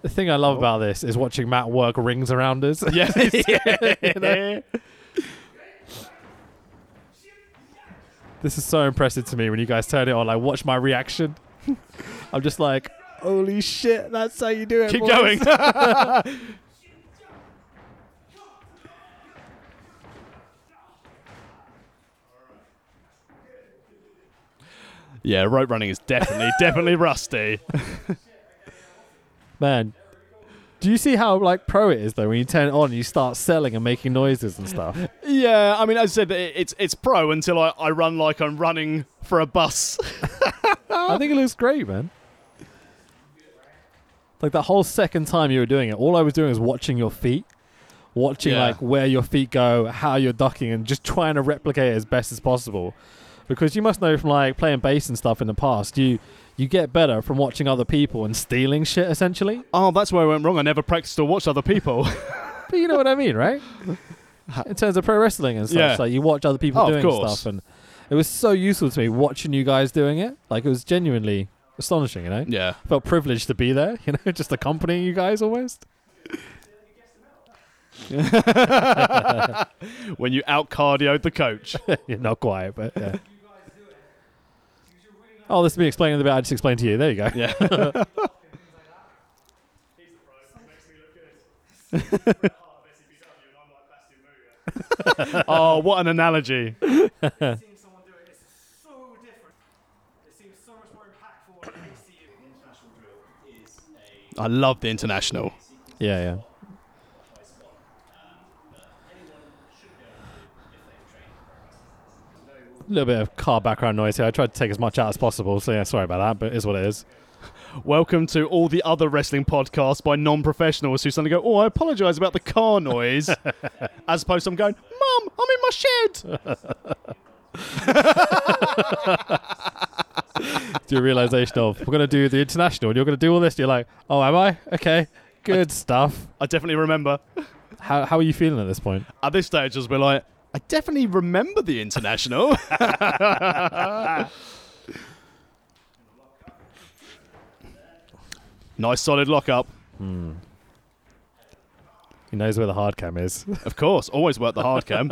the thing I Oh. love about this is watching Matt work rings around us. (laughs) (laughs) Yeah. this is so impressive to me when you guys turn it on. Like, watch my reaction. (laughs) I'm just like, holy shit, that's how you do it. (laughs) Keep boys." going. (laughs) yeah, rope running is (laughs) definitely definitely rusty. man. Do you see how like pro it is though? When you turn it on, you start selling and making noises and stuff. Yeah, I mean, as I said, it- it's it's pro until I, I run like I'm running for a bus. (laughs) I think it looks great, man. Like the whole second time you were doing it, all I was doing was watching your feet, watching Yeah. like where your feet go, how you're ducking, and just trying to replicate it as best as possible. Because you must know from like playing bass and stuff in the past, you you get better from watching other people and stealing shit essentially. Oh, that's where I went wrong. I never practiced or watched other people. But you know what I mean, right? In terms of pro wrestling and such, Yeah. like you watch other people Oh, of doing course. stuff, and it was so useful to me watching you guys doing it. Like it was genuinely astonishing, you know. (laughs) yeah. felt privileged to be there, (laughs) you know, just accompanying you guys almost. (laughs) When you out cardioed the (laughs) coach. yeah, not quite, but yeah. Oh, this is me explaining the bit I just explained to you. There you go. Yeah. He's the prize. Makes me look (laughs) good. Bret Hart of SCPW, and I'm like Bastion Muga. oh, what an analogy. Seeing someone do it is so different. It seems so much more impactful when they see it. The international drill is a I love the international. Yeah, yeah. A little bit of car background noise here. I tried to take as much out as possible, so yeah, sorry about that, but it is what it is. Welcome to all the other wrestling podcasts by non professionals who suddenly go, Oh, I apologize about the (laughs) car noise. As opposed to I'm going, Mum, I'm in my shed. the realization of we're gonna do the international and you're gonna do all this. You're like, oh, am I? Okay, good stuff. I definitely remember. How how are you feeling at this point? At this stage, as we're like, I definitely remember the international. (laughs) nice solid lock up. He knows where the hard cam is. Of course, always work the hard cam.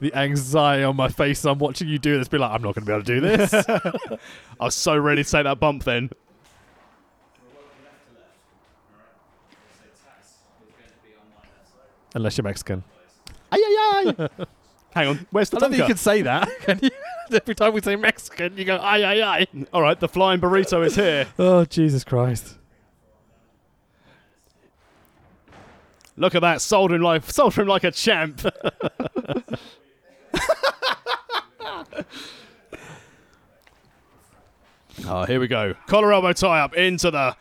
the anxiety on my face. I'm watching you do this. Be like, I'm not gonna be able to do this. I was so ready to take that bump then. (laughs) Unless you're Mexican. Ay, ay, (laughs) ay. Hang on, where's the I don't think you Tonka? can say that. (laughs) Can you? Every time we say Mexican, (laughs) you go ay ay ay. All right, the flying burrito is here. Oh Jesus Christ! Look at that, sold him like sold him like a champ. (laughs) oh, here we go. Collar elbow tie up into the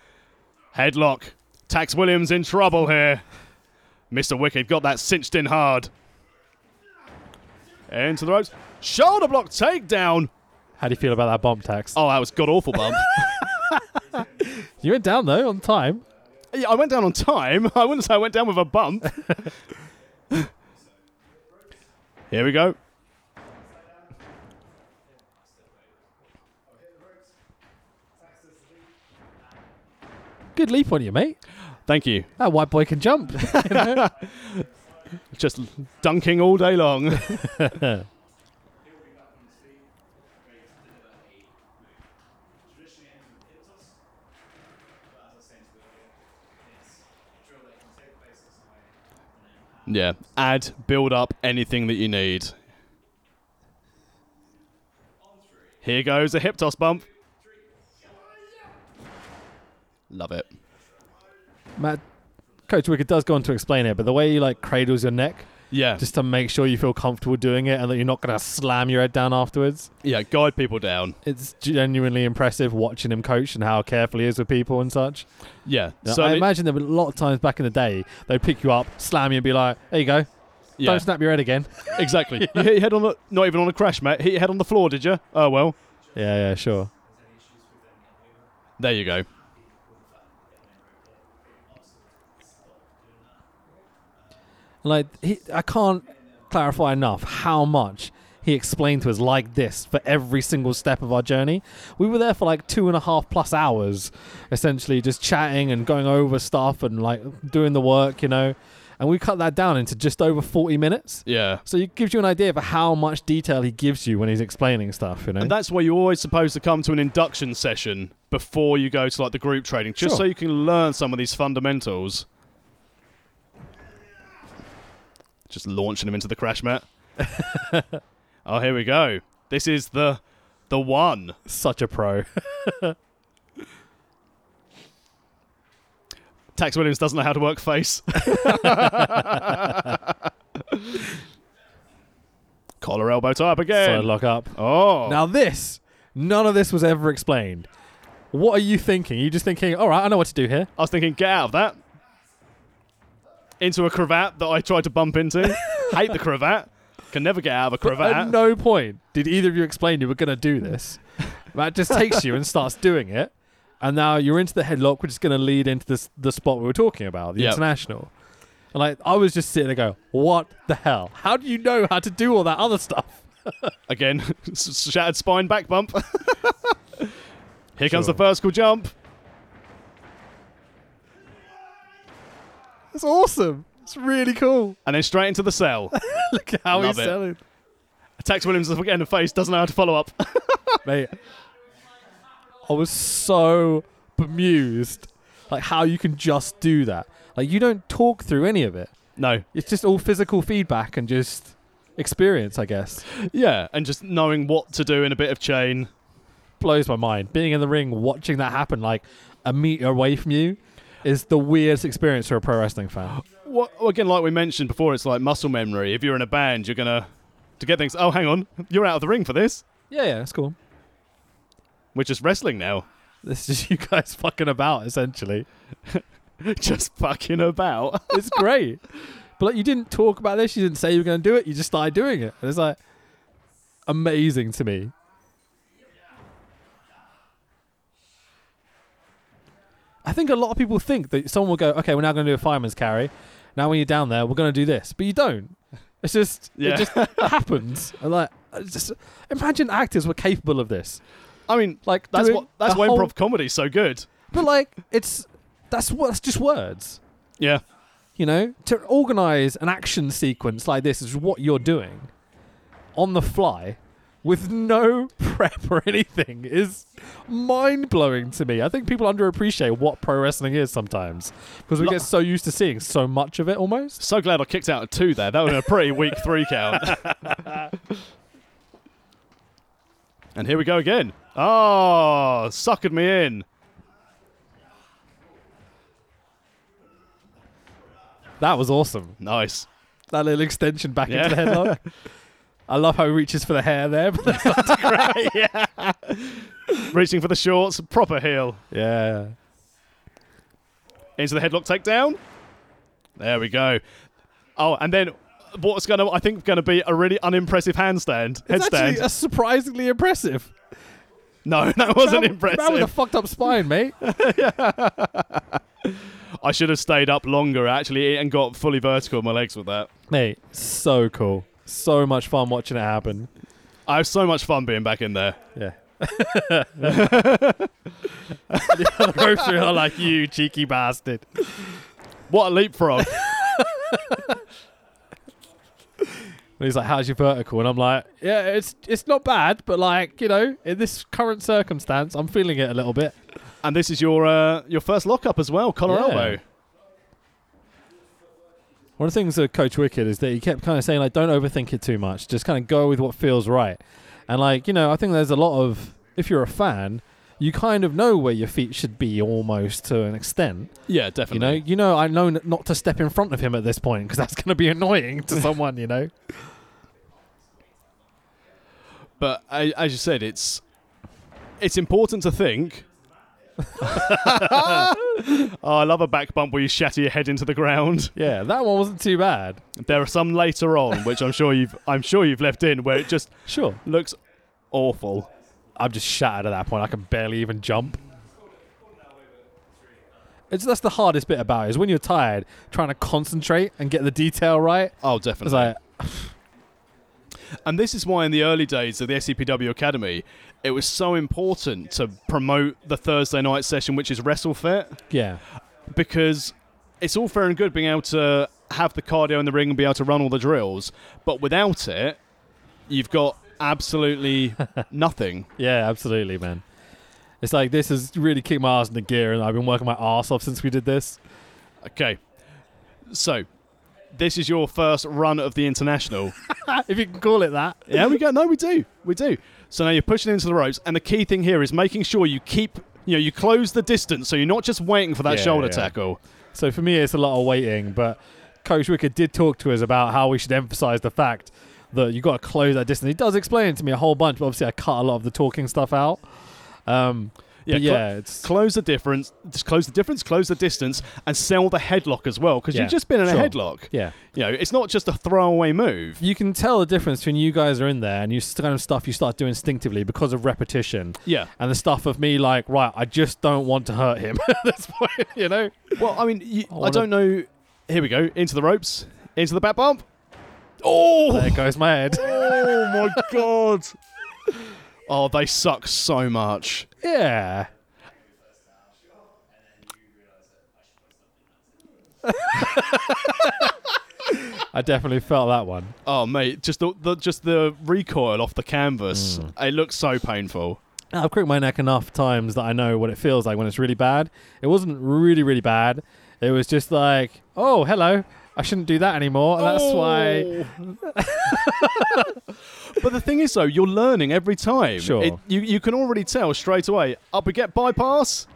headlock. Tax Williams in trouble here. Mr. Wicked got that cinched in hard. Into the ropes. Shoulder block takedown. How do you feel about that bump tax? Oh, that was god awful bump. You went down though on time. Yeah, I went down on time. (laughs) I wouldn't say I went down with a bump. (laughs) Here we go. Good leap on you, mate. Thank you. That white boy can jump. Just dunking all (laughs) day long. yeah. Add, build up anything that you need. Here goes a hip toss bump. Love it. (laughs) Matt, Coach Wicker does go on to explain it, but the way he like cradles your neck Yeah. just to make sure you feel comfortable doing it and that you're not going to slam your head down afterwards. yeah, guide people down. It's genuinely impressive watching him coach and how careful he is with people and such. Yeah. I it- imagine there were a lot of times back in the day they'd pick you up, slam you, and be like, "There you go, yeah. don't snap your head again." Exactly. (laughs) You hit your head on the not even on a crash, mate. Hit your head on the floor, did you? Oh well. yeah, yeah, sure. There you go. Like he, I can't clarify enough how much he explained to us like this for every single step of our journey. We were there for like two and a half plus hours, essentially just chatting and going over stuff and like doing the work, you know. And we cut that down into just over forty minutes. Yeah. So it gives you an idea of how much detail he gives you when he's explaining stuff, you know. And that's why you're always supposed to come to an induction session before you go to like the group training, just Sure. so you can learn some of these fundamentals. Just launching him into the (laughs) crash mat. oh, here we go. This is the the one. Such a pro. Tax Williams doesn't know how to (laughs) work face. Collar elbow tie up Side again. lock up. oh. Now this, none of this was ever explained. What are you thinking? you just thinking, all right, I know what to do here. I was thinking, get out of that. Into a cravat that I tried to (laughs) bump into. Hate the cravat. Can never get out of a But cravat. At no point did either of you explain you were going to do (laughs) this. Matt just takes you and starts doing it. And now you're into the headlock, which is going to lead into this, the spot we were talking about, the Yep. international. And like, I was just sitting there going, what the hell? How do you know how to do all that other stuff? Again, (laughs) s- shattered spine back bump. (laughs) Here comes the Sure. vertical jump. It's awesome. It's really cool. And then straight into the cell. (laughs) Look at how Love he's it. selling. Tax Williams is again the face, doesn't know how to follow up. Mate, I was so bemused. Like, how you can just do that. Like, you don't talk through any of it. no. It's just all physical feedback and just experience, I guess. Yeah, and just knowing what to do in a bit of chain. Blows my mind. Being in the ring, watching that happen, like a meter away from you, is the weirdest experience for a pro wrestling fan. What, well, again, like we mentioned before, it's like muscle memory. If you're in a band, you're going to to get things. Oh, hang on. You're out of the ring for this. Yeah, yeah, it's cool. We're just wrestling now. (laughs) (laughs) This is you guys fucking about, essentially. just fucking about. It's great. But like, you didn't talk about this. You didn't say you were going to do it. You just started doing it, and it's like amazing to me. I think a lot of people think that someone will go, "Okay, we're now going to do a fireman's carry. Now when you're down there, we're going to do this," but you don't. It's just Yeah. it (laughs) just happens. And like, it's just imagine actors were capable of this. I mean, Like that's doing what that's the why whole- improv comedy's so good. But like, it's that's what that's just words. Yeah. You know, to organize an action sequence like this is what you're doing on the fly with no (laughs) prep or anything is mind blowing to me. I think people underappreciate what pro wrestling is sometimes because we Lo- get so used to seeing so much of it almost. So glad I kicked out a two there. That was a pretty weak three (laughs) count. and here we go again. Oh, suckered me in. That was awesome. Nice. That little extension back Yeah. into the headlock. I love how he reaches for the hair there. But that's not- yeah. Reaching for the shorts, proper heel. (laughs) yeah. Into the headlock takedown. There we go. Oh, and then what's gonna I think gonna be a really unimpressive handstand. It's headstand. actually uh, surprisingly impressive. no, (laughs) that Man- Man with wasn't a impressive. fucked up spine, mate. I should have stayed up longer actually and got fully vertical in my legs with that. (laughs) mate, so cool. So much fun watching it happen. I have so much fun being back in there. (laughs) Yeah. the other ropes are like, you cheeky bastard. What a (laughs) leapfrog. And he's like, how's your vertical? And I'm like, yeah, it's it's not bad, but like, you know, in this current circumstance, I'm feeling it a little bit. and this is your uh, your first lockup as well, collar Yeah. elbow. One of the things that Coach Wicked is that he kept kind of saying like, don't overthink it too much. Just kind of go with what feels right. And like, you know, I think there's a lot of if you're a fan, you kind of know where your feet should be almost to an extent. Yeah, You know, definitely. you know, I know n- not to step in front of him at this point because that's going to be annoying (laughs) to someone. You know, But I, as you said, it's it's important to (laughs) think. oh, I love a back bump where you shatter your head into the ground. yeah, that one wasn't too bad. There are some later on, which I'm sure you've I'm sure you've left in, where it just Sure, looks awful. I'm just shattered at that point. I can barely even jump. It's that's the hardest bit about it is when you're tired, trying to concentrate and get the detail right. Oh, It's definitely. like, And this is why, in the early days of the SCPW Academy, it was so important to promote the Thursday night session, which is WrestleFit. yeah, because it's all fair and good being able to have the cardio in the ring and be able to run all the drills, but without it, you've got (laughs) absolutely nothing. yeah, absolutely, man. It's like this has really kicked my ass into gear, and I've been working my ass off since we did this. Okay, so this is your first run of the (laughs) international. Uh, if you can call it that. yeah, we go. No, we do, we do. So now you're pushing into the ropes, and the key thing here is making sure you keep, you know, you close the distance, so you're not just waiting for that Yeah, shoulder yeah. tackle. So for me, it's a lot of waiting. But Coach Wicker did talk to us about how we should emphasize the fact that you got to close that distance. He does explain it to me a whole bunch, but obviously I cut a lot of the talking stuff out. Um, Yeah, yeah, cl- yeah, it's Close the difference, just close the difference, close the distance, and sell the headlock as well, because Yeah, you've just been in a sure. headlock. yeah. You know, it's not just a throwaway move. You can tell the difference between you guys are in there and you s- kind of stuff you start doing instinctively because of repetition, Yeah. and the stuff of me like, right, I just don't want to hurt him (laughs) at this point, you know. Well, I mean, you, I I, wanna- don't know. Here we go. Into the ropes. Into the back bump. Oh! There goes my head. Oh (laughs) my god. Oh, they suck so much. Yeah. I definitely felt that one. Oh mate, just the, the just the recoil off the canvas. Hmm. It looks so painful. I've crooked my neck enough times that I know what it feels like when it's really bad. It wasn't really, really bad. It was just like, oh, hello. I shouldn't do that anymore. And that's why. Oh. (laughs) but the thing is, though, you're learning every time. Sure. you, you can already tell straight away. Up we get bypass.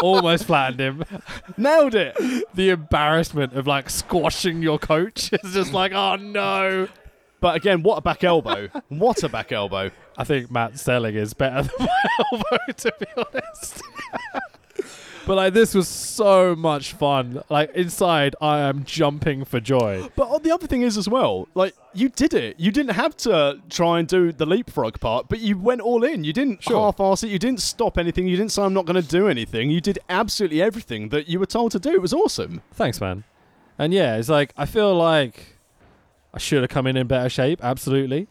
Almost flattened him. Nailed it. The embarrassment of like squashing your coach is just like, oh no. But again, what a back elbow. what a back elbow. I think Matt Selling is better than my (laughs) elbow, to be honest. (laughs) but like, this was so much fun. Like inside, I am jumping for joy. But uh, the other thing is as well, like you did it. You didn't have to try and do the leapfrog part, but you went all in. You didn't Sure. half-ass it. You didn't stop anything. You didn't say I'm not going to do anything. You did absolutely everything that you were told to do. It was awesome. Thanks, man. And yeah, it's like I feel like I should have come in in better shape, absolutely.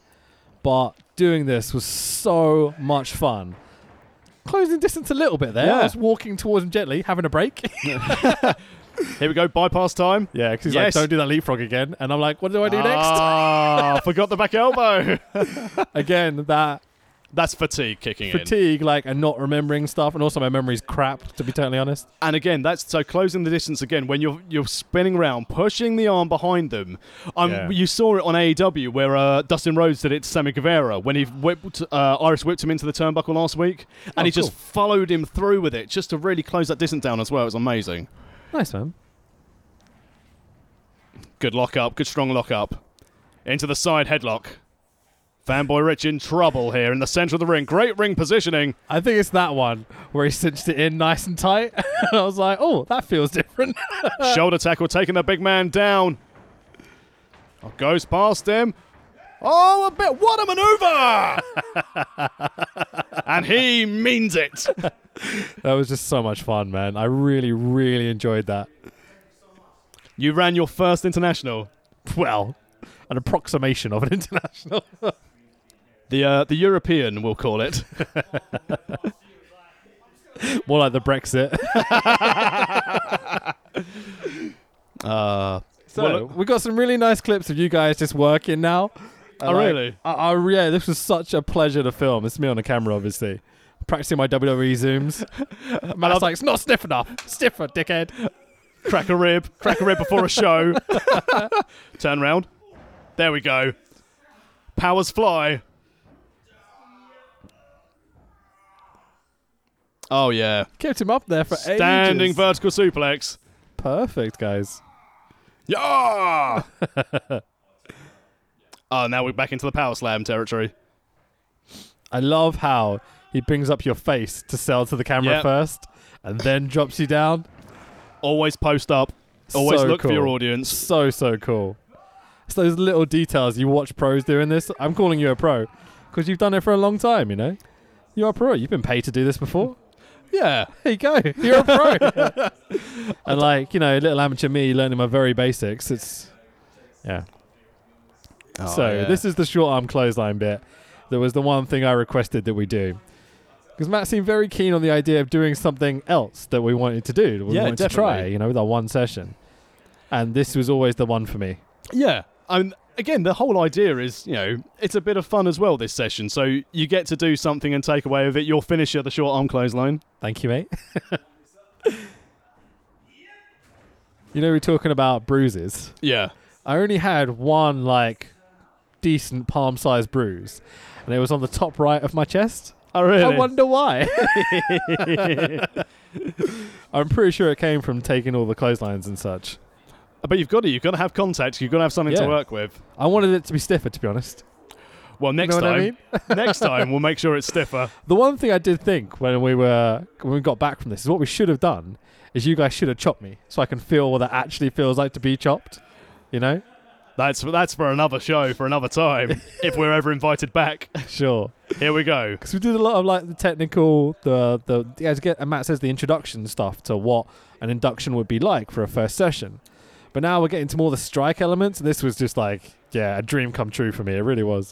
But doing this was so much fun. Closing distance a little bit there. I Yeah. was walking towards him gently, having a break. (laughs) Here we go, bypass time. yeah, because he's Yes. like, "Don't do that leapfrog again." And I'm like, "What do I do (laughs) Ah, forgot the back elbow. (laughs) next?" Again, that That's fatigue kicking in. fatigue, like, and not remembering stuff, and also my memory's crap, to be totally honest. And again, that's so closing the distance again when you're you're spinning around, pushing the arm behind them. Um, Yeah. you saw it on AEW where uh, Dustin Rhodes did it to Sammy Guevara when he whipped uh, Iris whipped him into the turnbuckle last week, and he just followed him through with it just to really close that distance down as well. It was amazing. Nice, man. Good lock up, good strong lock up, into the side headlock. Fanboy Rich in trouble here in the center of the ring. Great ring positioning. I think it's that one where he cinched it in nice and tight. (laughs) I was like, "Oh, that feels different." (laughs) Shoulder tackle taking the big man down. Oh, goes past him. Oh, a bit. What a maneuver! and he means it. That was just so much fun, man. I really, really enjoyed that. (laughs) (laughs) You ran your first international. Well, an approximation of an international. (laughs) The uh, the European, we'll call it. (laughs) More like the (laughs) Brexit. Uh, So Well, we got some really nice clips of you guys just working now. Oh, really? I, I- yeah, this was such a pleasure to film. It's me on the camera, obviously. Practicing my WWE (laughs) zooms. Man, I was like, it's not stiff enough. Stiffer, dickhead. crack a rib, crack a rib before a show. (laughs) Turn round. There we go. Powers fly. Oh yeah, Kept him up there for standing ages. vertical suplex. Perfect, guys. Yeah. oh, now we're back into the power slam territory. I love how he brings up your face to sell to the camera Yep. first and then drops you down. Always post up. Always So look for your cool. audience. so so cool. It's those little details you watch pros doing this. I'm calling you a pro because you've done it for a long time. You know, you're a pro. You've been paid to do this before. Yeah. There you go. (laughs) You're a pro. (laughs) and like you know, little amateur me learning my very basics. It's yeah. Oh, so this is the short arm clothesline bit. That was the one thing I requested that we do. Because Matt seemed very keen on the idea of doing something else that we wanted to do, that we Yeah, wanted to definitely. try, you know, with our one session. And this was always the one for me. Yeah. I mean, again, the whole idea is, you know, it's a bit of fun as well, this session. So you get to do something and take away with it. Your finisher, the short arm clothesline. Thank you, mate. (laughs) you know, we're talking about bruises. Yeah. I only had one, like, decent palm sized bruise, and it was on the top right of my chest. Oh, really? I wonder why. (laughs) I'm pretty sure it came from taking all the clotheslines and such. but you've got to. You've got to have contacts. You've got to have something Yeah. to work with. I wanted it to be stiffer, to be honest. Well, next know what I time. (laughs) next time, we'll make sure it's stiffer. The one thing I did think when we were when we got back from this is what we should have done is you guys should have chopped me so I can feel what that actually feels like to be chopped. You know? That's, that's for another show, for another time, if we're ever invited back. Sure. Here we go. because we did a lot of like the technical, the the yeah, to get and Matt says the introduction stuff to what an induction would be like for a first session, but now we're getting to more the strike elements. And this was just like yeah, a dream come true for me. It really was.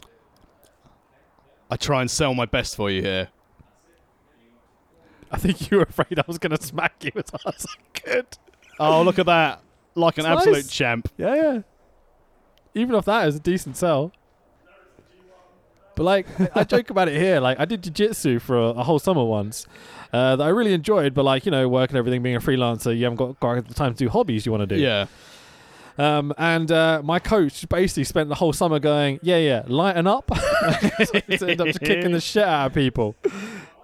I try and sell my best for you here. I think you were afraid I was gonna smack you as (laughs) hard as I could. Oh, look at that. Like an It's absolute nice. champ. Yeah, yeah. Even if that is a decent sell. But like I joke about it here, like I did jiu-jitsu for a, a whole summer once uh, that I really enjoyed. But like you know, work and everything, being a freelancer, you haven't got, got the time to do hobbies you want to do. Yeah. Um, and uh, my coach basically spent the whole (laughs) summer going, yeah, yeah, lighten up. so I ended up just kicking the shit out of people.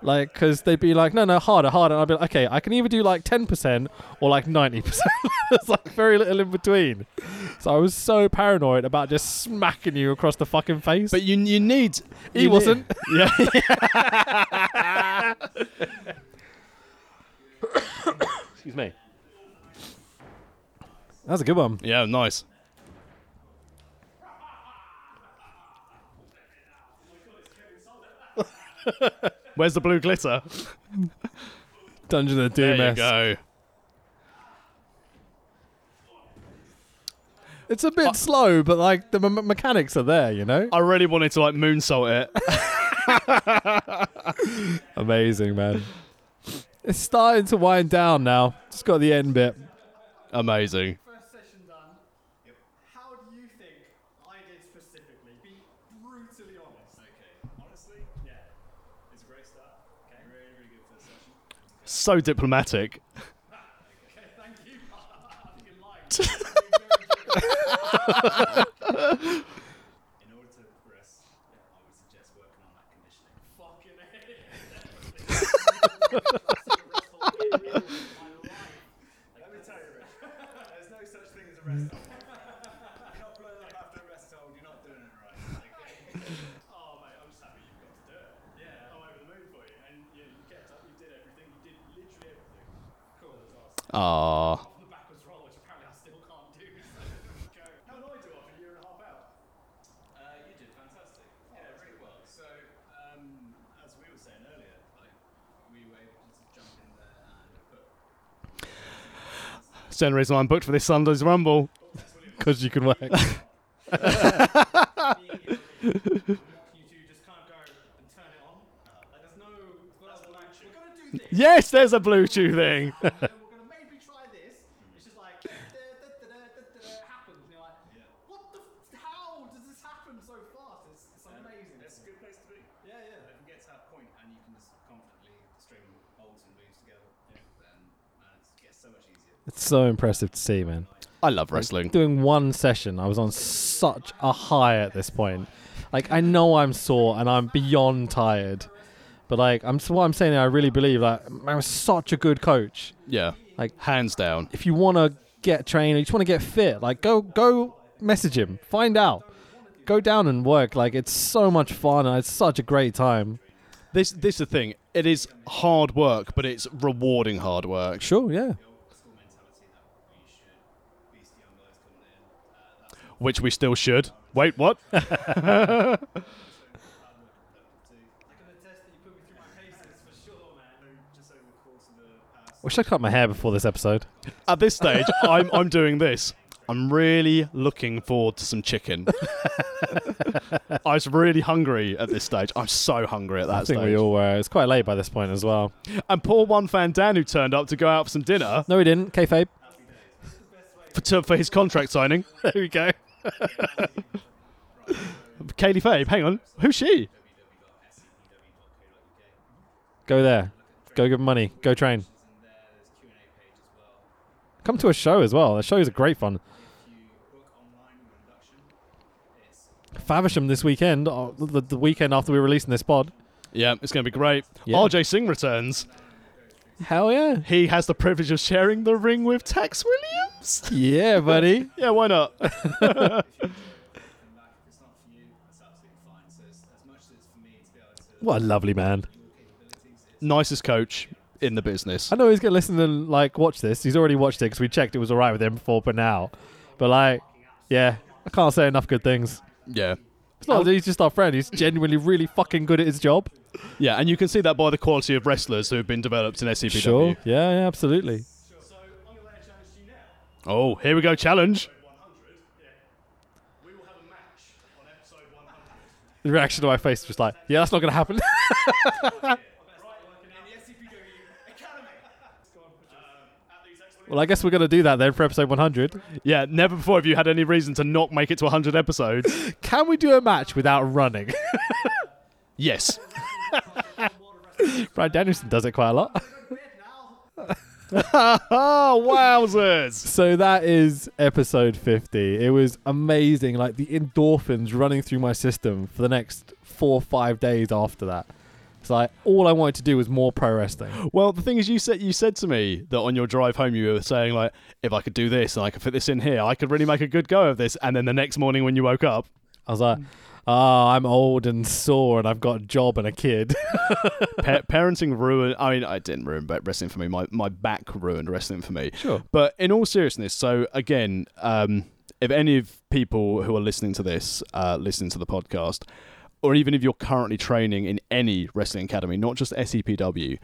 Like, because they'd be like, no, no, harder, harder. And I'd be like, okay, I can either do like 10% or like 90%. (laughs) There's like very little in between. So I was so paranoid about just smacking you across the fucking face. But you you need he wasn't. (laughs) Excuse me. That's a good one. Yeah, nice. (laughs) Where's the blue glitter? Dungeon of There Doom. you go. It's a bit slow, but like the me- mechanics are there, you know? I really wanted to like moonsault it. (laughs) Amazing, man. it's starting to wind down now. Just got the end bit. Amazing. First session done. How do you think I did specifically? Be brutally honest. Okay. Honestly? Yeah. It's a great start. Okay. Really, really good first session. So diplomatic. Okay, thank you. I think you're lying. In order to progress, yeah, I would suggest working on that conditioning. Fucking hell. Let me tell you, Rich. There's no such thing as a rest hold. You're not blowing up after a rest hold. You're not doing it right. Okay. oh, mate, I'm just happy you got to do it. Yeah, I'm over the moon for you. And you, you kept up. You did everything. You did literally everything. Cool. That's Ah. awesome the backwards roll, which apparently I still can't do. (laughs) So go. How did I do after a year and a half out? Uh, you did fantastic. Yeah, really well. So, um, as we were saying earlier, like we were able to jump in there and put. It's the only reason I'm booked for this Sunday's Rumble. Because you can work. You two just can't go and turn it on. Like there's no global action. We're gonna do (laughs) (laughs) this. Yes, there's a Bluetooth thing. and we're gonna maybe try this. It's just like da, da, da, da, da, da, da, happens, and you're like, what the? F- how does this happen so fast? It's, it's amazing. Um, It's a good place to be. Yeah, yeah. If you get to that point and you can just confidently string bolts and leaves together, then man, it gets so much easier. it's so impressive to see, man. I love wrestling. Doing one session, I was on such a high at this point. Like, I know I'm sore and I'm beyond tired. But, like, I'm so what I'm saying, I really believe, like, I was such a good coach. Yeah. Like- hands down. if you want to get trained, you just want to get fit, like go go message him, find out, go down and work. Like it's so much fun and it's such a great time. This this is the thing. It is hard work, but it's rewarding hard work. Sure, yeah. Which we still should. Wait, what? They're gonna test that you put me through my paces for sure, man. Just over the course of the past. Wish I cut my hair before this episode. At this (laughs) stage, I'm I'm doing this. I'm really looking forward to some (laughs) chicken. I was really hungry at this stage. I'm so hungry at that I think stage. we all were. It's quite late by this point as well. And poor one fan Dan who turned up to go out for some dinner No, we didn't. Kayfabe. for, to, for his contract signing. (laughs) There we go. Kaylee Fabe, hang on. Who's she? Go there. Go give 'em money. Go train. Come to a show as well. The shows are great fun. Faversham this weekend, or the, the weekend after we're releasing this pod. Yeah, it's going to be great. Yeah. RJ Singh returns. Hell yeah. He has the privilege of sharing the ring with Tex Williams. Yeah, buddy. Yeah, why not? Come back. If it's not for you, that's absolutely fine. So it's, as much as it's for me to be able to (laughs) What a lovely man. (laughs) Nicest coach in the business. I know he's going to listen and like watch this. He's already watched it because we checked it was all right with him before, but now. But like, yeah, I can't say enough good things. Yeah. It's not that he's just our friend. He's genuinely really fucking good at his job. Yeah, and you can see that by the quality of wrestlers who have been developed in SCPW. Yeah, yeah, absolutely. So I'm gonna let a challenge you now. Oh, here we go, challenge. 100. Yeah. We will have a match on episode 100. The reaction to my face was just like, yeah, that's not going to happen. (laughs) well, I guess we're going to do that then for episode 100. Yeah, never before have you had any reason to not make it to 100 episodes. Can we do a match without running? (laughs) yes. (laughs) Brian Danielson does it quite a lot. Oh, wowzers. So that is episode 50. It was amazing. Like the endorphins running through my system for the next four or five days after that. It's like all I wanted to do was more pro wrestling. Well, the thing is, you said you said to me that on your drive home you were saying like, if I could do this and I could fit this in here, I could really make a good go of this. And then the next morning when you woke up, I was like, oh, I'm old and sore and I've got a job and a (laughs) kid. pa- parenting ruined. I mean, I didn't ruin but wrestling for me. My my back ruined wrestling for me. Sure. But in all seriousness, so again, um, if any of people who are listening to this, uh, listening to the podcast, or even if you're currently training in any wrestling academy, not just E SEPW,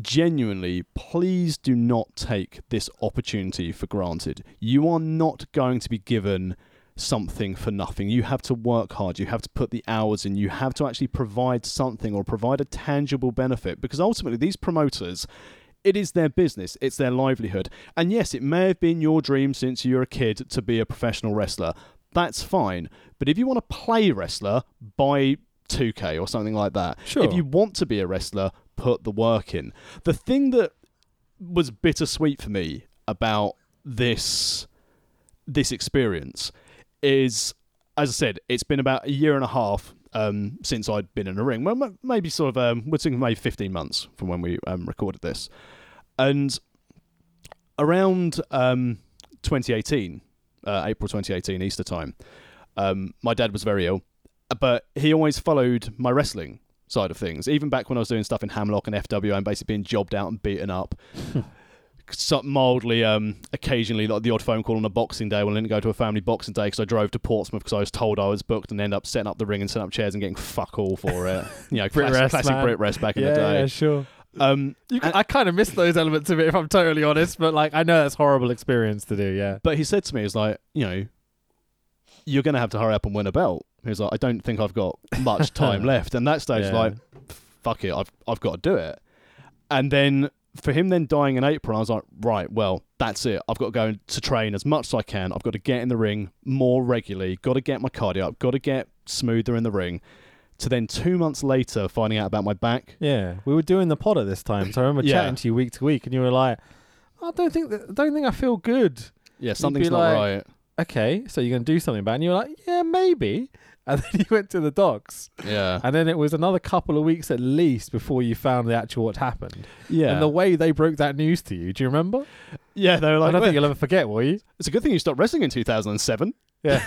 genuinely, please do not take this opportunity for granted. You are not going to be given something for nothing. You have to work hard, you have to put the hours in, you have to actually provide something or provide a tangible benefit because ultimately these promoters it is their business, it's their livelihood. And yes, it may have been your dream since you were a kid to be a professional wrestler. That's fine. But if you want to play wrestler, buy 2K or something like that. Sure. If you want to be a wrestler, put the work in. The thing that was bittersweet for me about this this experience is as I said, it's been about a year and a half um, since I'd been in a ring. Well, m- maybe sort of, um, we're thinking maybe 15 months from when we um, recorded this. And around um, 2018, uh, April 2018, Easter time, um, my dad was very ill, but he always followed my wrestling side of things, even back when I was doing stuff in Hamlock and FW and basically being jobbed out and beaten up. (laughs) So mildly, um, occasionally, like the odd phone call on a boxing day when I didn't go to a family boxing day because I drove to Portsmouth because I was told I was booked and end up setting up the ring and setting up chairs and getting fuck all (laughs) for it. You know, Brit classic, rest, classic man. Brit rest back in yeah, the day. sure. Um, and- I kind of miss those elements of it, if I'm totally honest. But like, I know that's horrible experience to do. Yeah. But he said to me, he's like, you know, you're going to have to hurry up and win a belt. He was like, I don't think I've got much (laughs) time left. And that stage, Yeah. like, fuck it, I've, I've got to do it. And then for him then dying in April, I was like, right, well, that's it. I've got to go to train as much as I can. I've got to get in the ring more regularly, got to get my cardio up, got to get smoother in the ring. To then two months later, finding out about my back. Yeah, we were doing the pod at this time, so I remember Yeah. chatting to you week to week, and you were like, "I don't think that, I don't think I feel good." Yeah, something's be not like- right. Okay, so you're gonna do something about, it? and you were like, "Yeah, maybe." (laughs) And then you went to the docs, Yeah. and then it was another couple of weeks at least before you found the actual what happened. Yeah. And the way they broke that news to you, do you remember? yeah, they were I like, don't think you'll ever forget, will (laughs) you? it's a good thing you stopped wrestling in 2007. Yeah,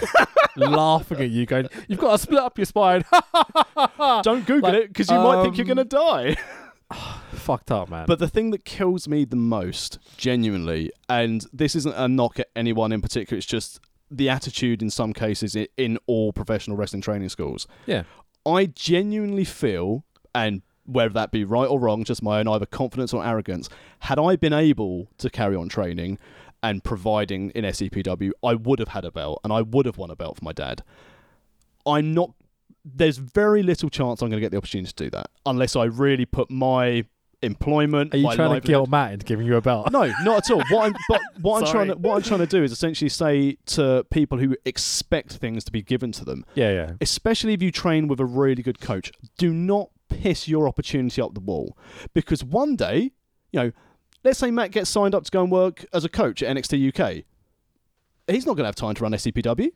laughing at you, going, "You've got to split up your spine." (laughs) Ah, Don't Google Like, it because you might think you're um, going to die. (laughs) Fucked up, man. But the thing that kills me the most, genuinely, and this isn't a knock at anyone in particular, it's just the attitude in some cases i- in all professional wrestling training schools. yeah, I genuinely feel, and whether that be right or wrong, just my own either confidence or arrogance, had I been able to carry on training and providing in SEPW, I would have had a belt and I would have won a belt for my dad. I'm not, there's very little chance I'm going to get the opportunity to do that unless I really put my employment. are you my trying to livelihood- guilt Matt into giving you a belt? (laughs) no, not at all. What I'm, but what I'm Sorry. trying to what I'm trying to do is essentially say to people who expect things to be given to them, Yeah, yeah. especially if you train with a really good coach, do not piss your opportunity up the wall. Because one day, you know, let's say Matt gets signed up to go and work as a coach at NXT UK. He's not going to have time to run SCPW.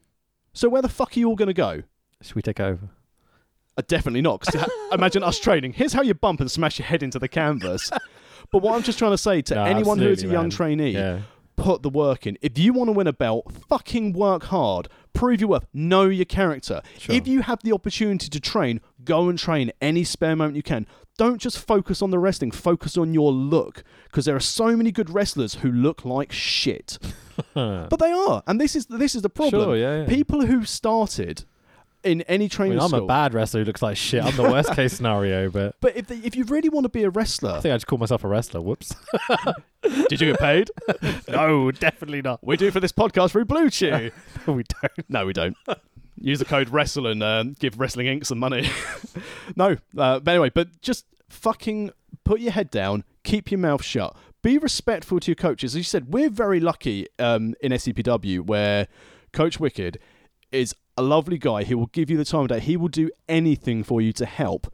So where the fuck are you all going to go? Should we take over? Uh, definitely not. 'cause (laughs) ha- imagine us training. Here's how you bump and smash your head into (laughs) the canvas. but what I'm just trying to say to No, anyone who is a absolutely, young man. trainee, Yeah. put the work in. If you want to win a belt, fucking work hard. Prove your worth. Know your character. Sure. If you have the opportunity to train, go and train any spare moment you can. Don't just focus on the wrestling, focus on your look. Because there are so many good wrestlers who look like shit. (laughs) but they are. And this is this is the problem. Sure, yeah, yeah. People who started in any I training mean, I'm school. a bad wrestler who looks like shit. I'm the worst case scenario, but but if, they, if you really want to be a wrestler, I think I just call myself a wrestler. Whoops. did you get paid? (laughs) no, definitely not. we do for this podcast through (laughs) Blue Chew. we don't. No, we don't. Use the code wrestle and uh, give Wrestling Inc. some money. (laughs) no, uh, but anyway, but just fucking put your head down, keep your mouth shut, be respectful to your coaches. As you said, we're very lucky um, in SCPW where Coach Wicked is a lovely guy. He will give you the time of day. He will do anything for you to help.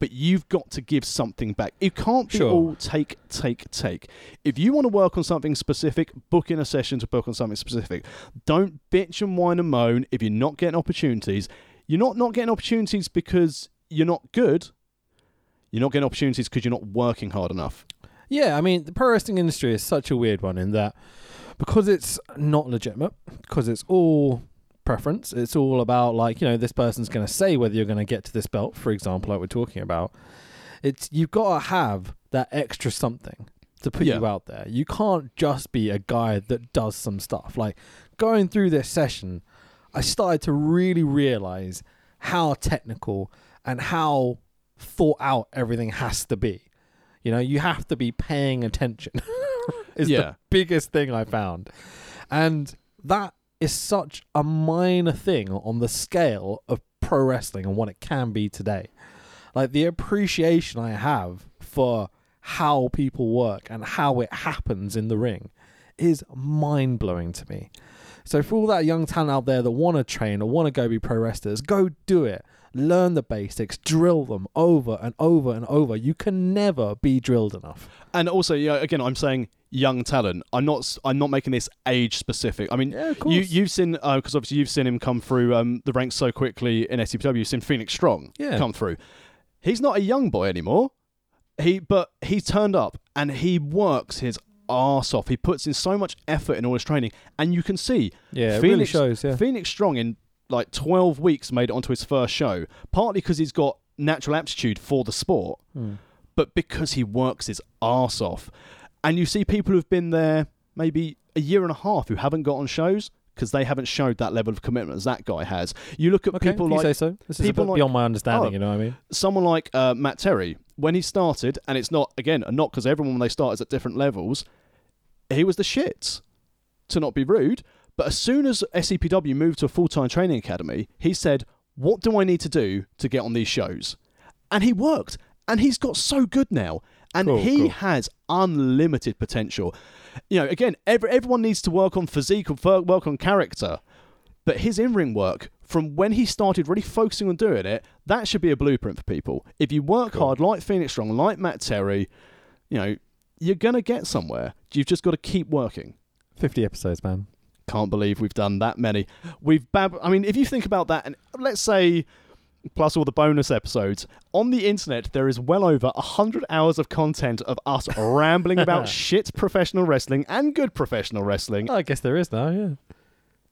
But you've got to give something back. You can't be Sure. all take, take, take. If you want to work on something specific, book in a session to book on something specific. Don't bitch and whine and moan if you're not getting opportunities. You're not not getting opportunities because you're not good. You're not getting opportunities because you're not working hard enough. Yeah, I mean, the pro wrestling industry is such a weird one in that because it's not legitimate, because it's all preference, it's all about, like, you know, this person's going to say whether you're going to get to this belt, for example, like we're talking about. It's You've got to have that extra something to put Yeah. you out there. You can't just be a guy that does some stuff. Like, going through this session, I started to really realize how technical and how thought out everything has to be. You know, you have to be paying attention. (laughs) is Yeah. the biggest thing I found. And that is such a minor thing on the scale of pro wrestling and what it can be today. Like the appreciation I have for how people work and how it happens in the ring is mind blowing to me. So for all that young talent out there that want to train or want to go be pro wrestlers, go do it. Learn the basics, drill them over and over and over. You can never be drilled enough. And also, yeah, again, I'm saying young talent. I'm not. s- I'm not making this age specific. I mean, Yeah, of you course. you've seen because obviously you've seen him come through um, the ranks so quickly in SCPW. You've seen Phoenix Strong Yeah. come through. He's not a young boy anymore. He but he turned up and he works his arse off. He puts in so much effort in all his training, and you can see Yeah, Phoenix, Phoenix Strong in like 12 weeks made it onto his first show, partly because he's got natural aptitude for the sport, Hmm. but because he works his arse off. And you see people who've been there maybe a year and a half who haven't got on shows because they haven't showed that level of commitment as that guy has. You look at Okay, people if you like say so. This is a people bit like- beyond my understanding. Oh. You know what I mean? someone like uh, Matt Terry, when he started, and it's not again a knock because everyone when they start is at different levels. He was the shit, to not be rude. But as soon as SCPW moved to a full time training academy, he said, "What do I need to do to get on these shows?" And he worked, and he's got so good now, and Cool, he cool. has unlimited potential. You know, again, every, everyone needs to work on physique and fir- work on character. But his in ring work, from when he started really focusing on doing it, that should be a blueprint for people. If you work hard, like Phoenix Strong, like Matt Terry, you know, you're going to get somewhere. You've just got to keep working. Fifty episodes, man. Can't believe we've done that many. We've bab- I mean, if you think about that, and let's say, plus all the bonus episodes, on the internet, there is well over 100 hours of content of (laughs) us rambling about shit professional wrestling and good professional wrestling. I guess there is now. Yeah.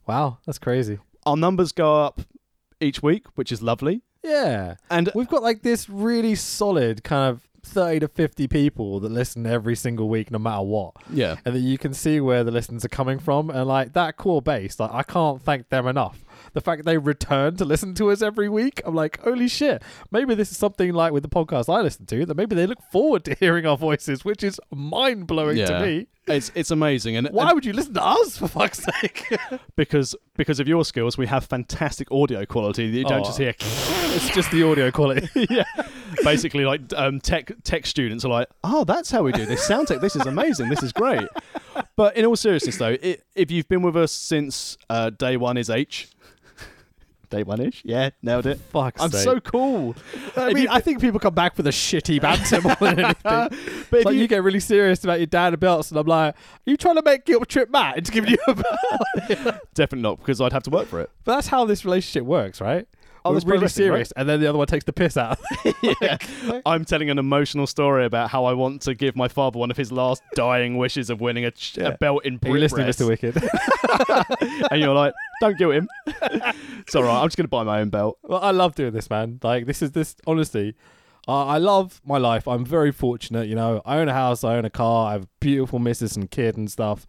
Wow, that's crazy. Our numbers go up each week, which is lovely. Yeah, And we've got like this really solid kind of thirty to fifty people that listen every single week, no matter what, yeah. and that you can see where the listens are coming from, and like that core base. Like I can't thank them enough. The fact that they return to listen to us every week, I'm like, holy shit! Maybe this is something like with the podcast I listen to that maybe they look forward to (laughs) hearing our voices, which is mind blowing Yeah. to me. It's it's amazing, and, Why and would you listen to us for fuck's sake? because because of your skills, we have fantastic audio quality. that You don't Oh. just hear, (laughs) it's just the audio quality. (laughs) yeah. Basically, like um, tech tech students are like, oh, that's how we do this sound tech. This is amazing. This is great. But in all seriousness, though, i if you've been with us since uh, day one is H, day one ish, yeah, nailed it. Fuck's I'm so cool. I mean, I think people come back with a (laughs) shitty banter more than anything. but But if like you, you- get really serious about your dad and belts, and I'm like, are you trying to make guilt trip Matt into giving you a belt? Definitely not because I'd have to work for it. but that's how this relationship works, right? Oh, We're that's pro really wrestling, serious, and then the other one takes the piss (laughs) out. I'm telling an emotional story about how I want to give my father one of his last dying wishes of winning a, ch- a belt in Are you Brit listening, Rest. Mr. Wicked? and you're like, don't guilt him. (laughs) it's all right. I'm just going to buy my own belt. (laughs) well, I love doing this, man. Like this is this honestly. Uh, I love my life. I'm very fortunate, you know. I own a house, I own a car, I have a beautiful missus and kid and stuff.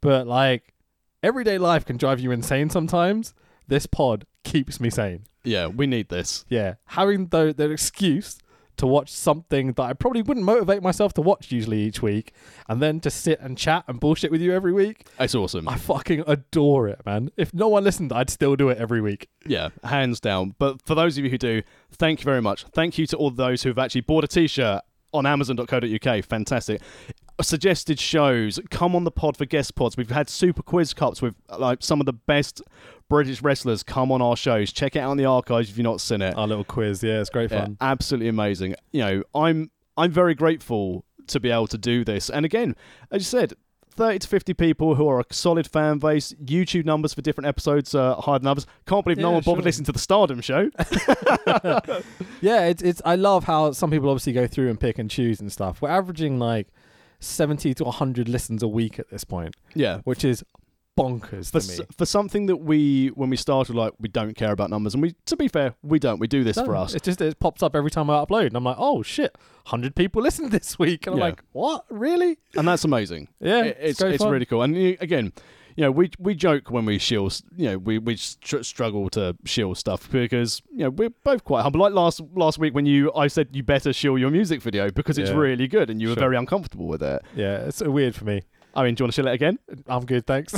But like everyday life can drive you insane sometimes. This pod keeps me sane. Yeah, we need this. Yeah, having though the excuse to watch something that I probably wouldn't motivate myself to watch usually each week, and then to sit and chat and bullshit with you every week. It's awesome. I fucking adore it, man. If no one listened, I'd still do it every week. Yeah, hands down. But for those of you who do, thank you very much. Thank you to all those who've actually bought a t shirt on amazon.co.uk. Fantastic. Suggested shows, come on the pod for guest pods. We've had super quiz cups with like some of the best British wrestlers come on our shows. Check it out in the archives if you've not seen (laughs) it. Our little quiz, yeah, it's great Yeah, fun. absolutely amazing. You know, I'm I'm very grateful to be able to do this. And again, as you said, 30 to 50 people who are a solid fan base. YouTube numbers for different episodes are higher than others. Can't believe no Yeah, one bothered sure. listening to the (laughs) Stardom show. Yeah, it's it's. I love how some people obviously go through and pick and choose and stuff. We're averaging like seventy to hundred listens a week at this point, yeah. which is bonkers For, to s- me. for something that we, when we started, like, we don't care about numbers. And we, to be fair, we don't. We do this for No, us. It just it pops up every time I upload, and I'm like, oh shit, hundred people (laughs) listened this week, and Yeah. I'm like, what really? and that's amazing. Yeah, It- it's it's great it's fun. really cool. And you- again, you know, we we joke when we shield, s- you know, we we str- struggle to shield stuff because you know we're both quite humble. Like last last week when you I said you better shield your music video because it's Yeah. really good, and you were Sure. very uncomfortable with it. Yeah, it's uh, weird for me. I mean, do you want to shill it again? I'm good, thanks.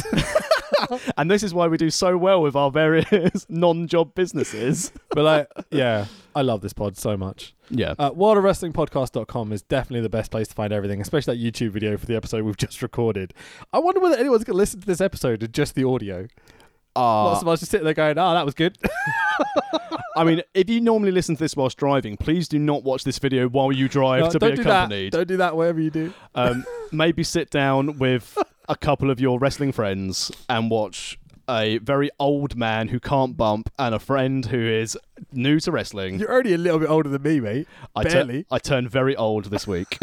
And this is why we do so well with our various (laughs) non-job businesses. (laughs) but like, yeah, I love this pod so much. Yeah, Uh, WorldOfWrestlingPodcast.com is definitely the best place to find everything, especially that YouTube video for the episode we've (laughs) just recorded. I wonder whether anyone's going to listen to this episode with just the audio. Uh, Not so much just sitting there going, "Ah, that was good." I mean, if you normally listen to this whilst driving, please do not watch this video while (laughs) you drive No, to don't be do accompanied. that. Don't do that. Whatever you do. um, maybe sit down with a couple of your wrestling friends and watch a very old man who can't bump and a friend who is new to wrestling. You're already a little bit older than me, mate. I, tur- barely. I turned very old this (laughs) week.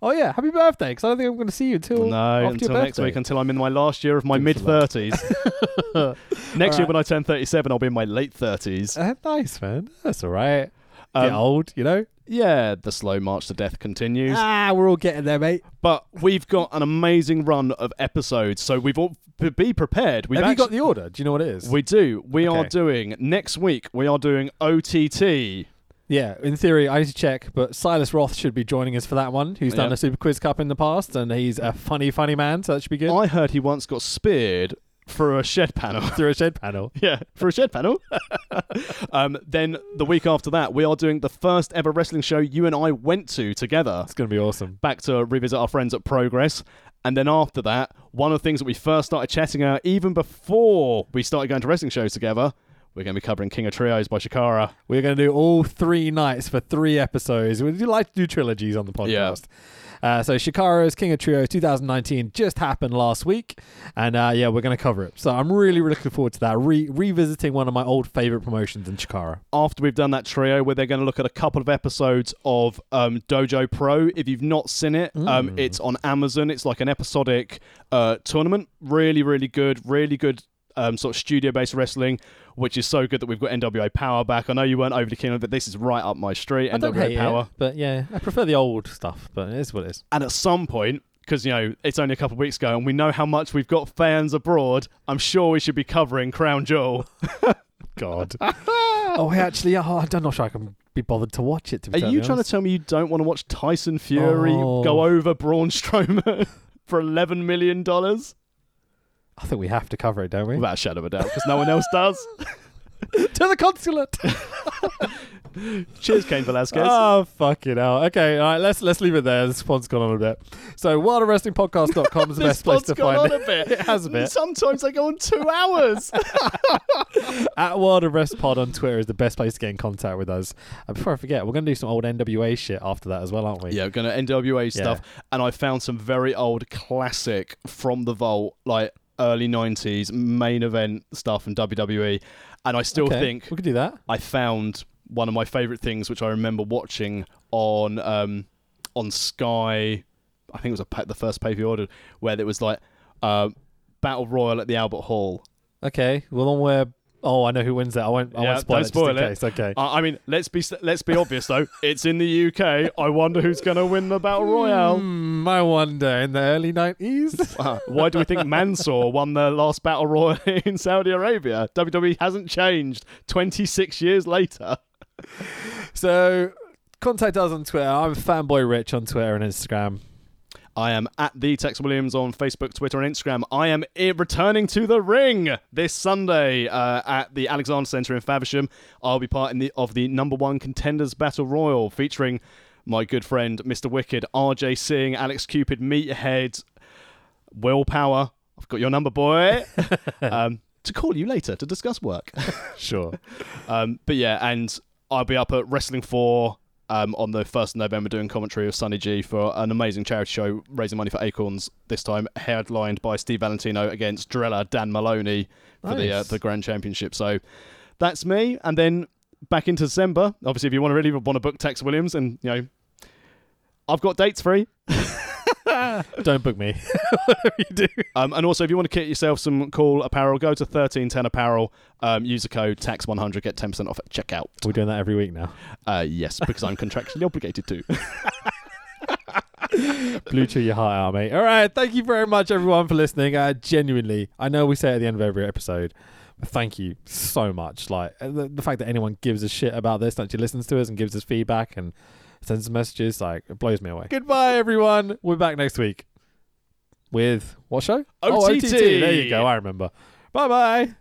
Oh yeah, happy birthday! Because I don't think I'm going to see you until no, after until your next birthday. week, until I'm in my last year of my mid Thanks for that. 30s. (laughs) next year, Alright. when I turn 37, I'll be in my late 30s. Uh, nice man. That's all right. Get Um, old, you know. yeah, the slow march to death continues. Ah, we're all getting there, mate. But we've got an amazing run of episodes, so we've all be prepared. We've Have you actually- got the order? Do you know what it is? We do. We are Okay. doing next week. We are doing OTT. yeah, in theory, I need to check, but Silas Roth should be joining us for that one. Who's done Yeah. a Super Quiz Cup in the past, and he's a funny, funny man, so that should be good. I heard he once got speared through a shed panel. (laughs) Through a shed panel. yeah, for a shed panel. (laughs) um, then the week after that, we are doing the first ever wrestling show you and I went to together. That's going to be awesome. Back to revisit our friends at Progress. And then after that, one of the things that we first started chatting about, even before we started going to wrestling shows together, we're going to be covering King of Trios by Shakara. We're going to do all three nights for three episodes. Would you like to do trilogies on the podcast? Uh, so Shikaro's King of Trio 2019 just happened last week, and uh, yeah, we're going to cover it. So I'm really, really looking forward to that. Re- revisiting one of my old favorite promotions in Shikara. after we've done that trio where they're going to look at a couple of episodes of um, Dojo Pro. If you've not seen it, um, Mm. it's on Amazon. It's like an episodic uh, tournament. Really, really good. Really good um, sort of studio based wrestling, which is so good that we've got NWA Power back. I know you weren't overly keen on it, but this is right up my street. I don't NWA hate Power. it, but yeah, I prefer the old stuff. But it is what it is. And at some point, because you know it's only a couple of weeks ago, and we know how much we've got fans abroad. I'm sure we should be covering Crown Jewel. (laughs) God. oh, I actually, oh, I'm not sure I can be bothered to watch it. To be Are totally you trying to honest. tell me you don't want to watch Tyson Fury Oh. go over Braun Strowman (laughs) for eleven million dollars? I think we have to cover it, don't we? Without a shadow of a doubt, because no one else does. (laughs) to the (laughs) consulate. Cheers, Kane Velasquez. Oh fucking hell. Okay, all right, let's let's leave it there. This pod's gone on a bit. So wildofwrestlingpodcast.com is the this best place pod's to gone find on a (laughs) bit. it has a bit. Sometimes they go on (laughs) two hours. At Wild of Rest Pod on Twitter is the best place to get in contact with us. And before I forget, we're gonna do some old NWA shit after that as well, aren't we? yeah, we're gonna NWA Yeah. stuff, and I found some very old classic from the vault, like early '90s main event stuff and WWE, E, and I still Okay, think we could do that. I found one of my favorite things, which I remember watching on um, on Sky. I think it was a pa- the first pay per view ordered, where there was like uh, battle royal at the Albert Hall. Okay. Well then we're oh I know who wins that. I won't I Yeah, won't spoil don't it just spoil in it. case. Okay. I I mean, let's be s- let's be obvious though. (laughs) It's in the UK. I wonder who's going to win the battle royal. Hmm, I wonder in the early (laughs) nineties. Uh, Why do we think Mansour won the last battle royal (laughs) in Saudi Arabia? WWE hasn't changed 26 years later. so contact us on Twitter. I'm fanboy rich on Twitter and Instagram. I am at the Tex Williams on Facebook, Twitter, and Instagram. I am i- returning to the ring this Sunday uh, at the Alexander Centre in Faversham. I'll be part in the, of the number one contenders battle royal featuring my good friend Mr. Wicked, RJ Singh, Alex Cupid, Meathead, Willpower. I've got your number, (laughs) boy. um, to call you later to discuss work. Sure. Um, but yeah, and I'll be up at Wrestling 4 um, on the 1st of November doing commentary with Sunny G for an amazing charity show raising money for Acorns, this time headlined by Steve Valentino against Drella Dan Maloney for the, uh, Nice. the Grand Championship. So that's me. And then back into December, obviously, if you want to really want to book Tex Williams and, you know, I've got dates free. Don't book me. Whatever you do. Um, and also, if you want to kit yourself some cool apparel, go to 1310 Apparel, um, use the code TAX100, get 10% off at checkout. We're doing that every week now. Uh, yes, because I'm contractually obligated to. Blue chew your heart out, mate. All right. Thank you very much, everyone, for listening. Uh, genuinely, I know we say it at the end of every episode, but thank you so much. Like uh, the, the fact that anyone gives a shit about this, that actually listens to us and gives us feedback and sends us messages, like it blows me away. Goodbye, everyone. We're back next week with what show? Oh, OTT. There you go. I remember. Bye bye.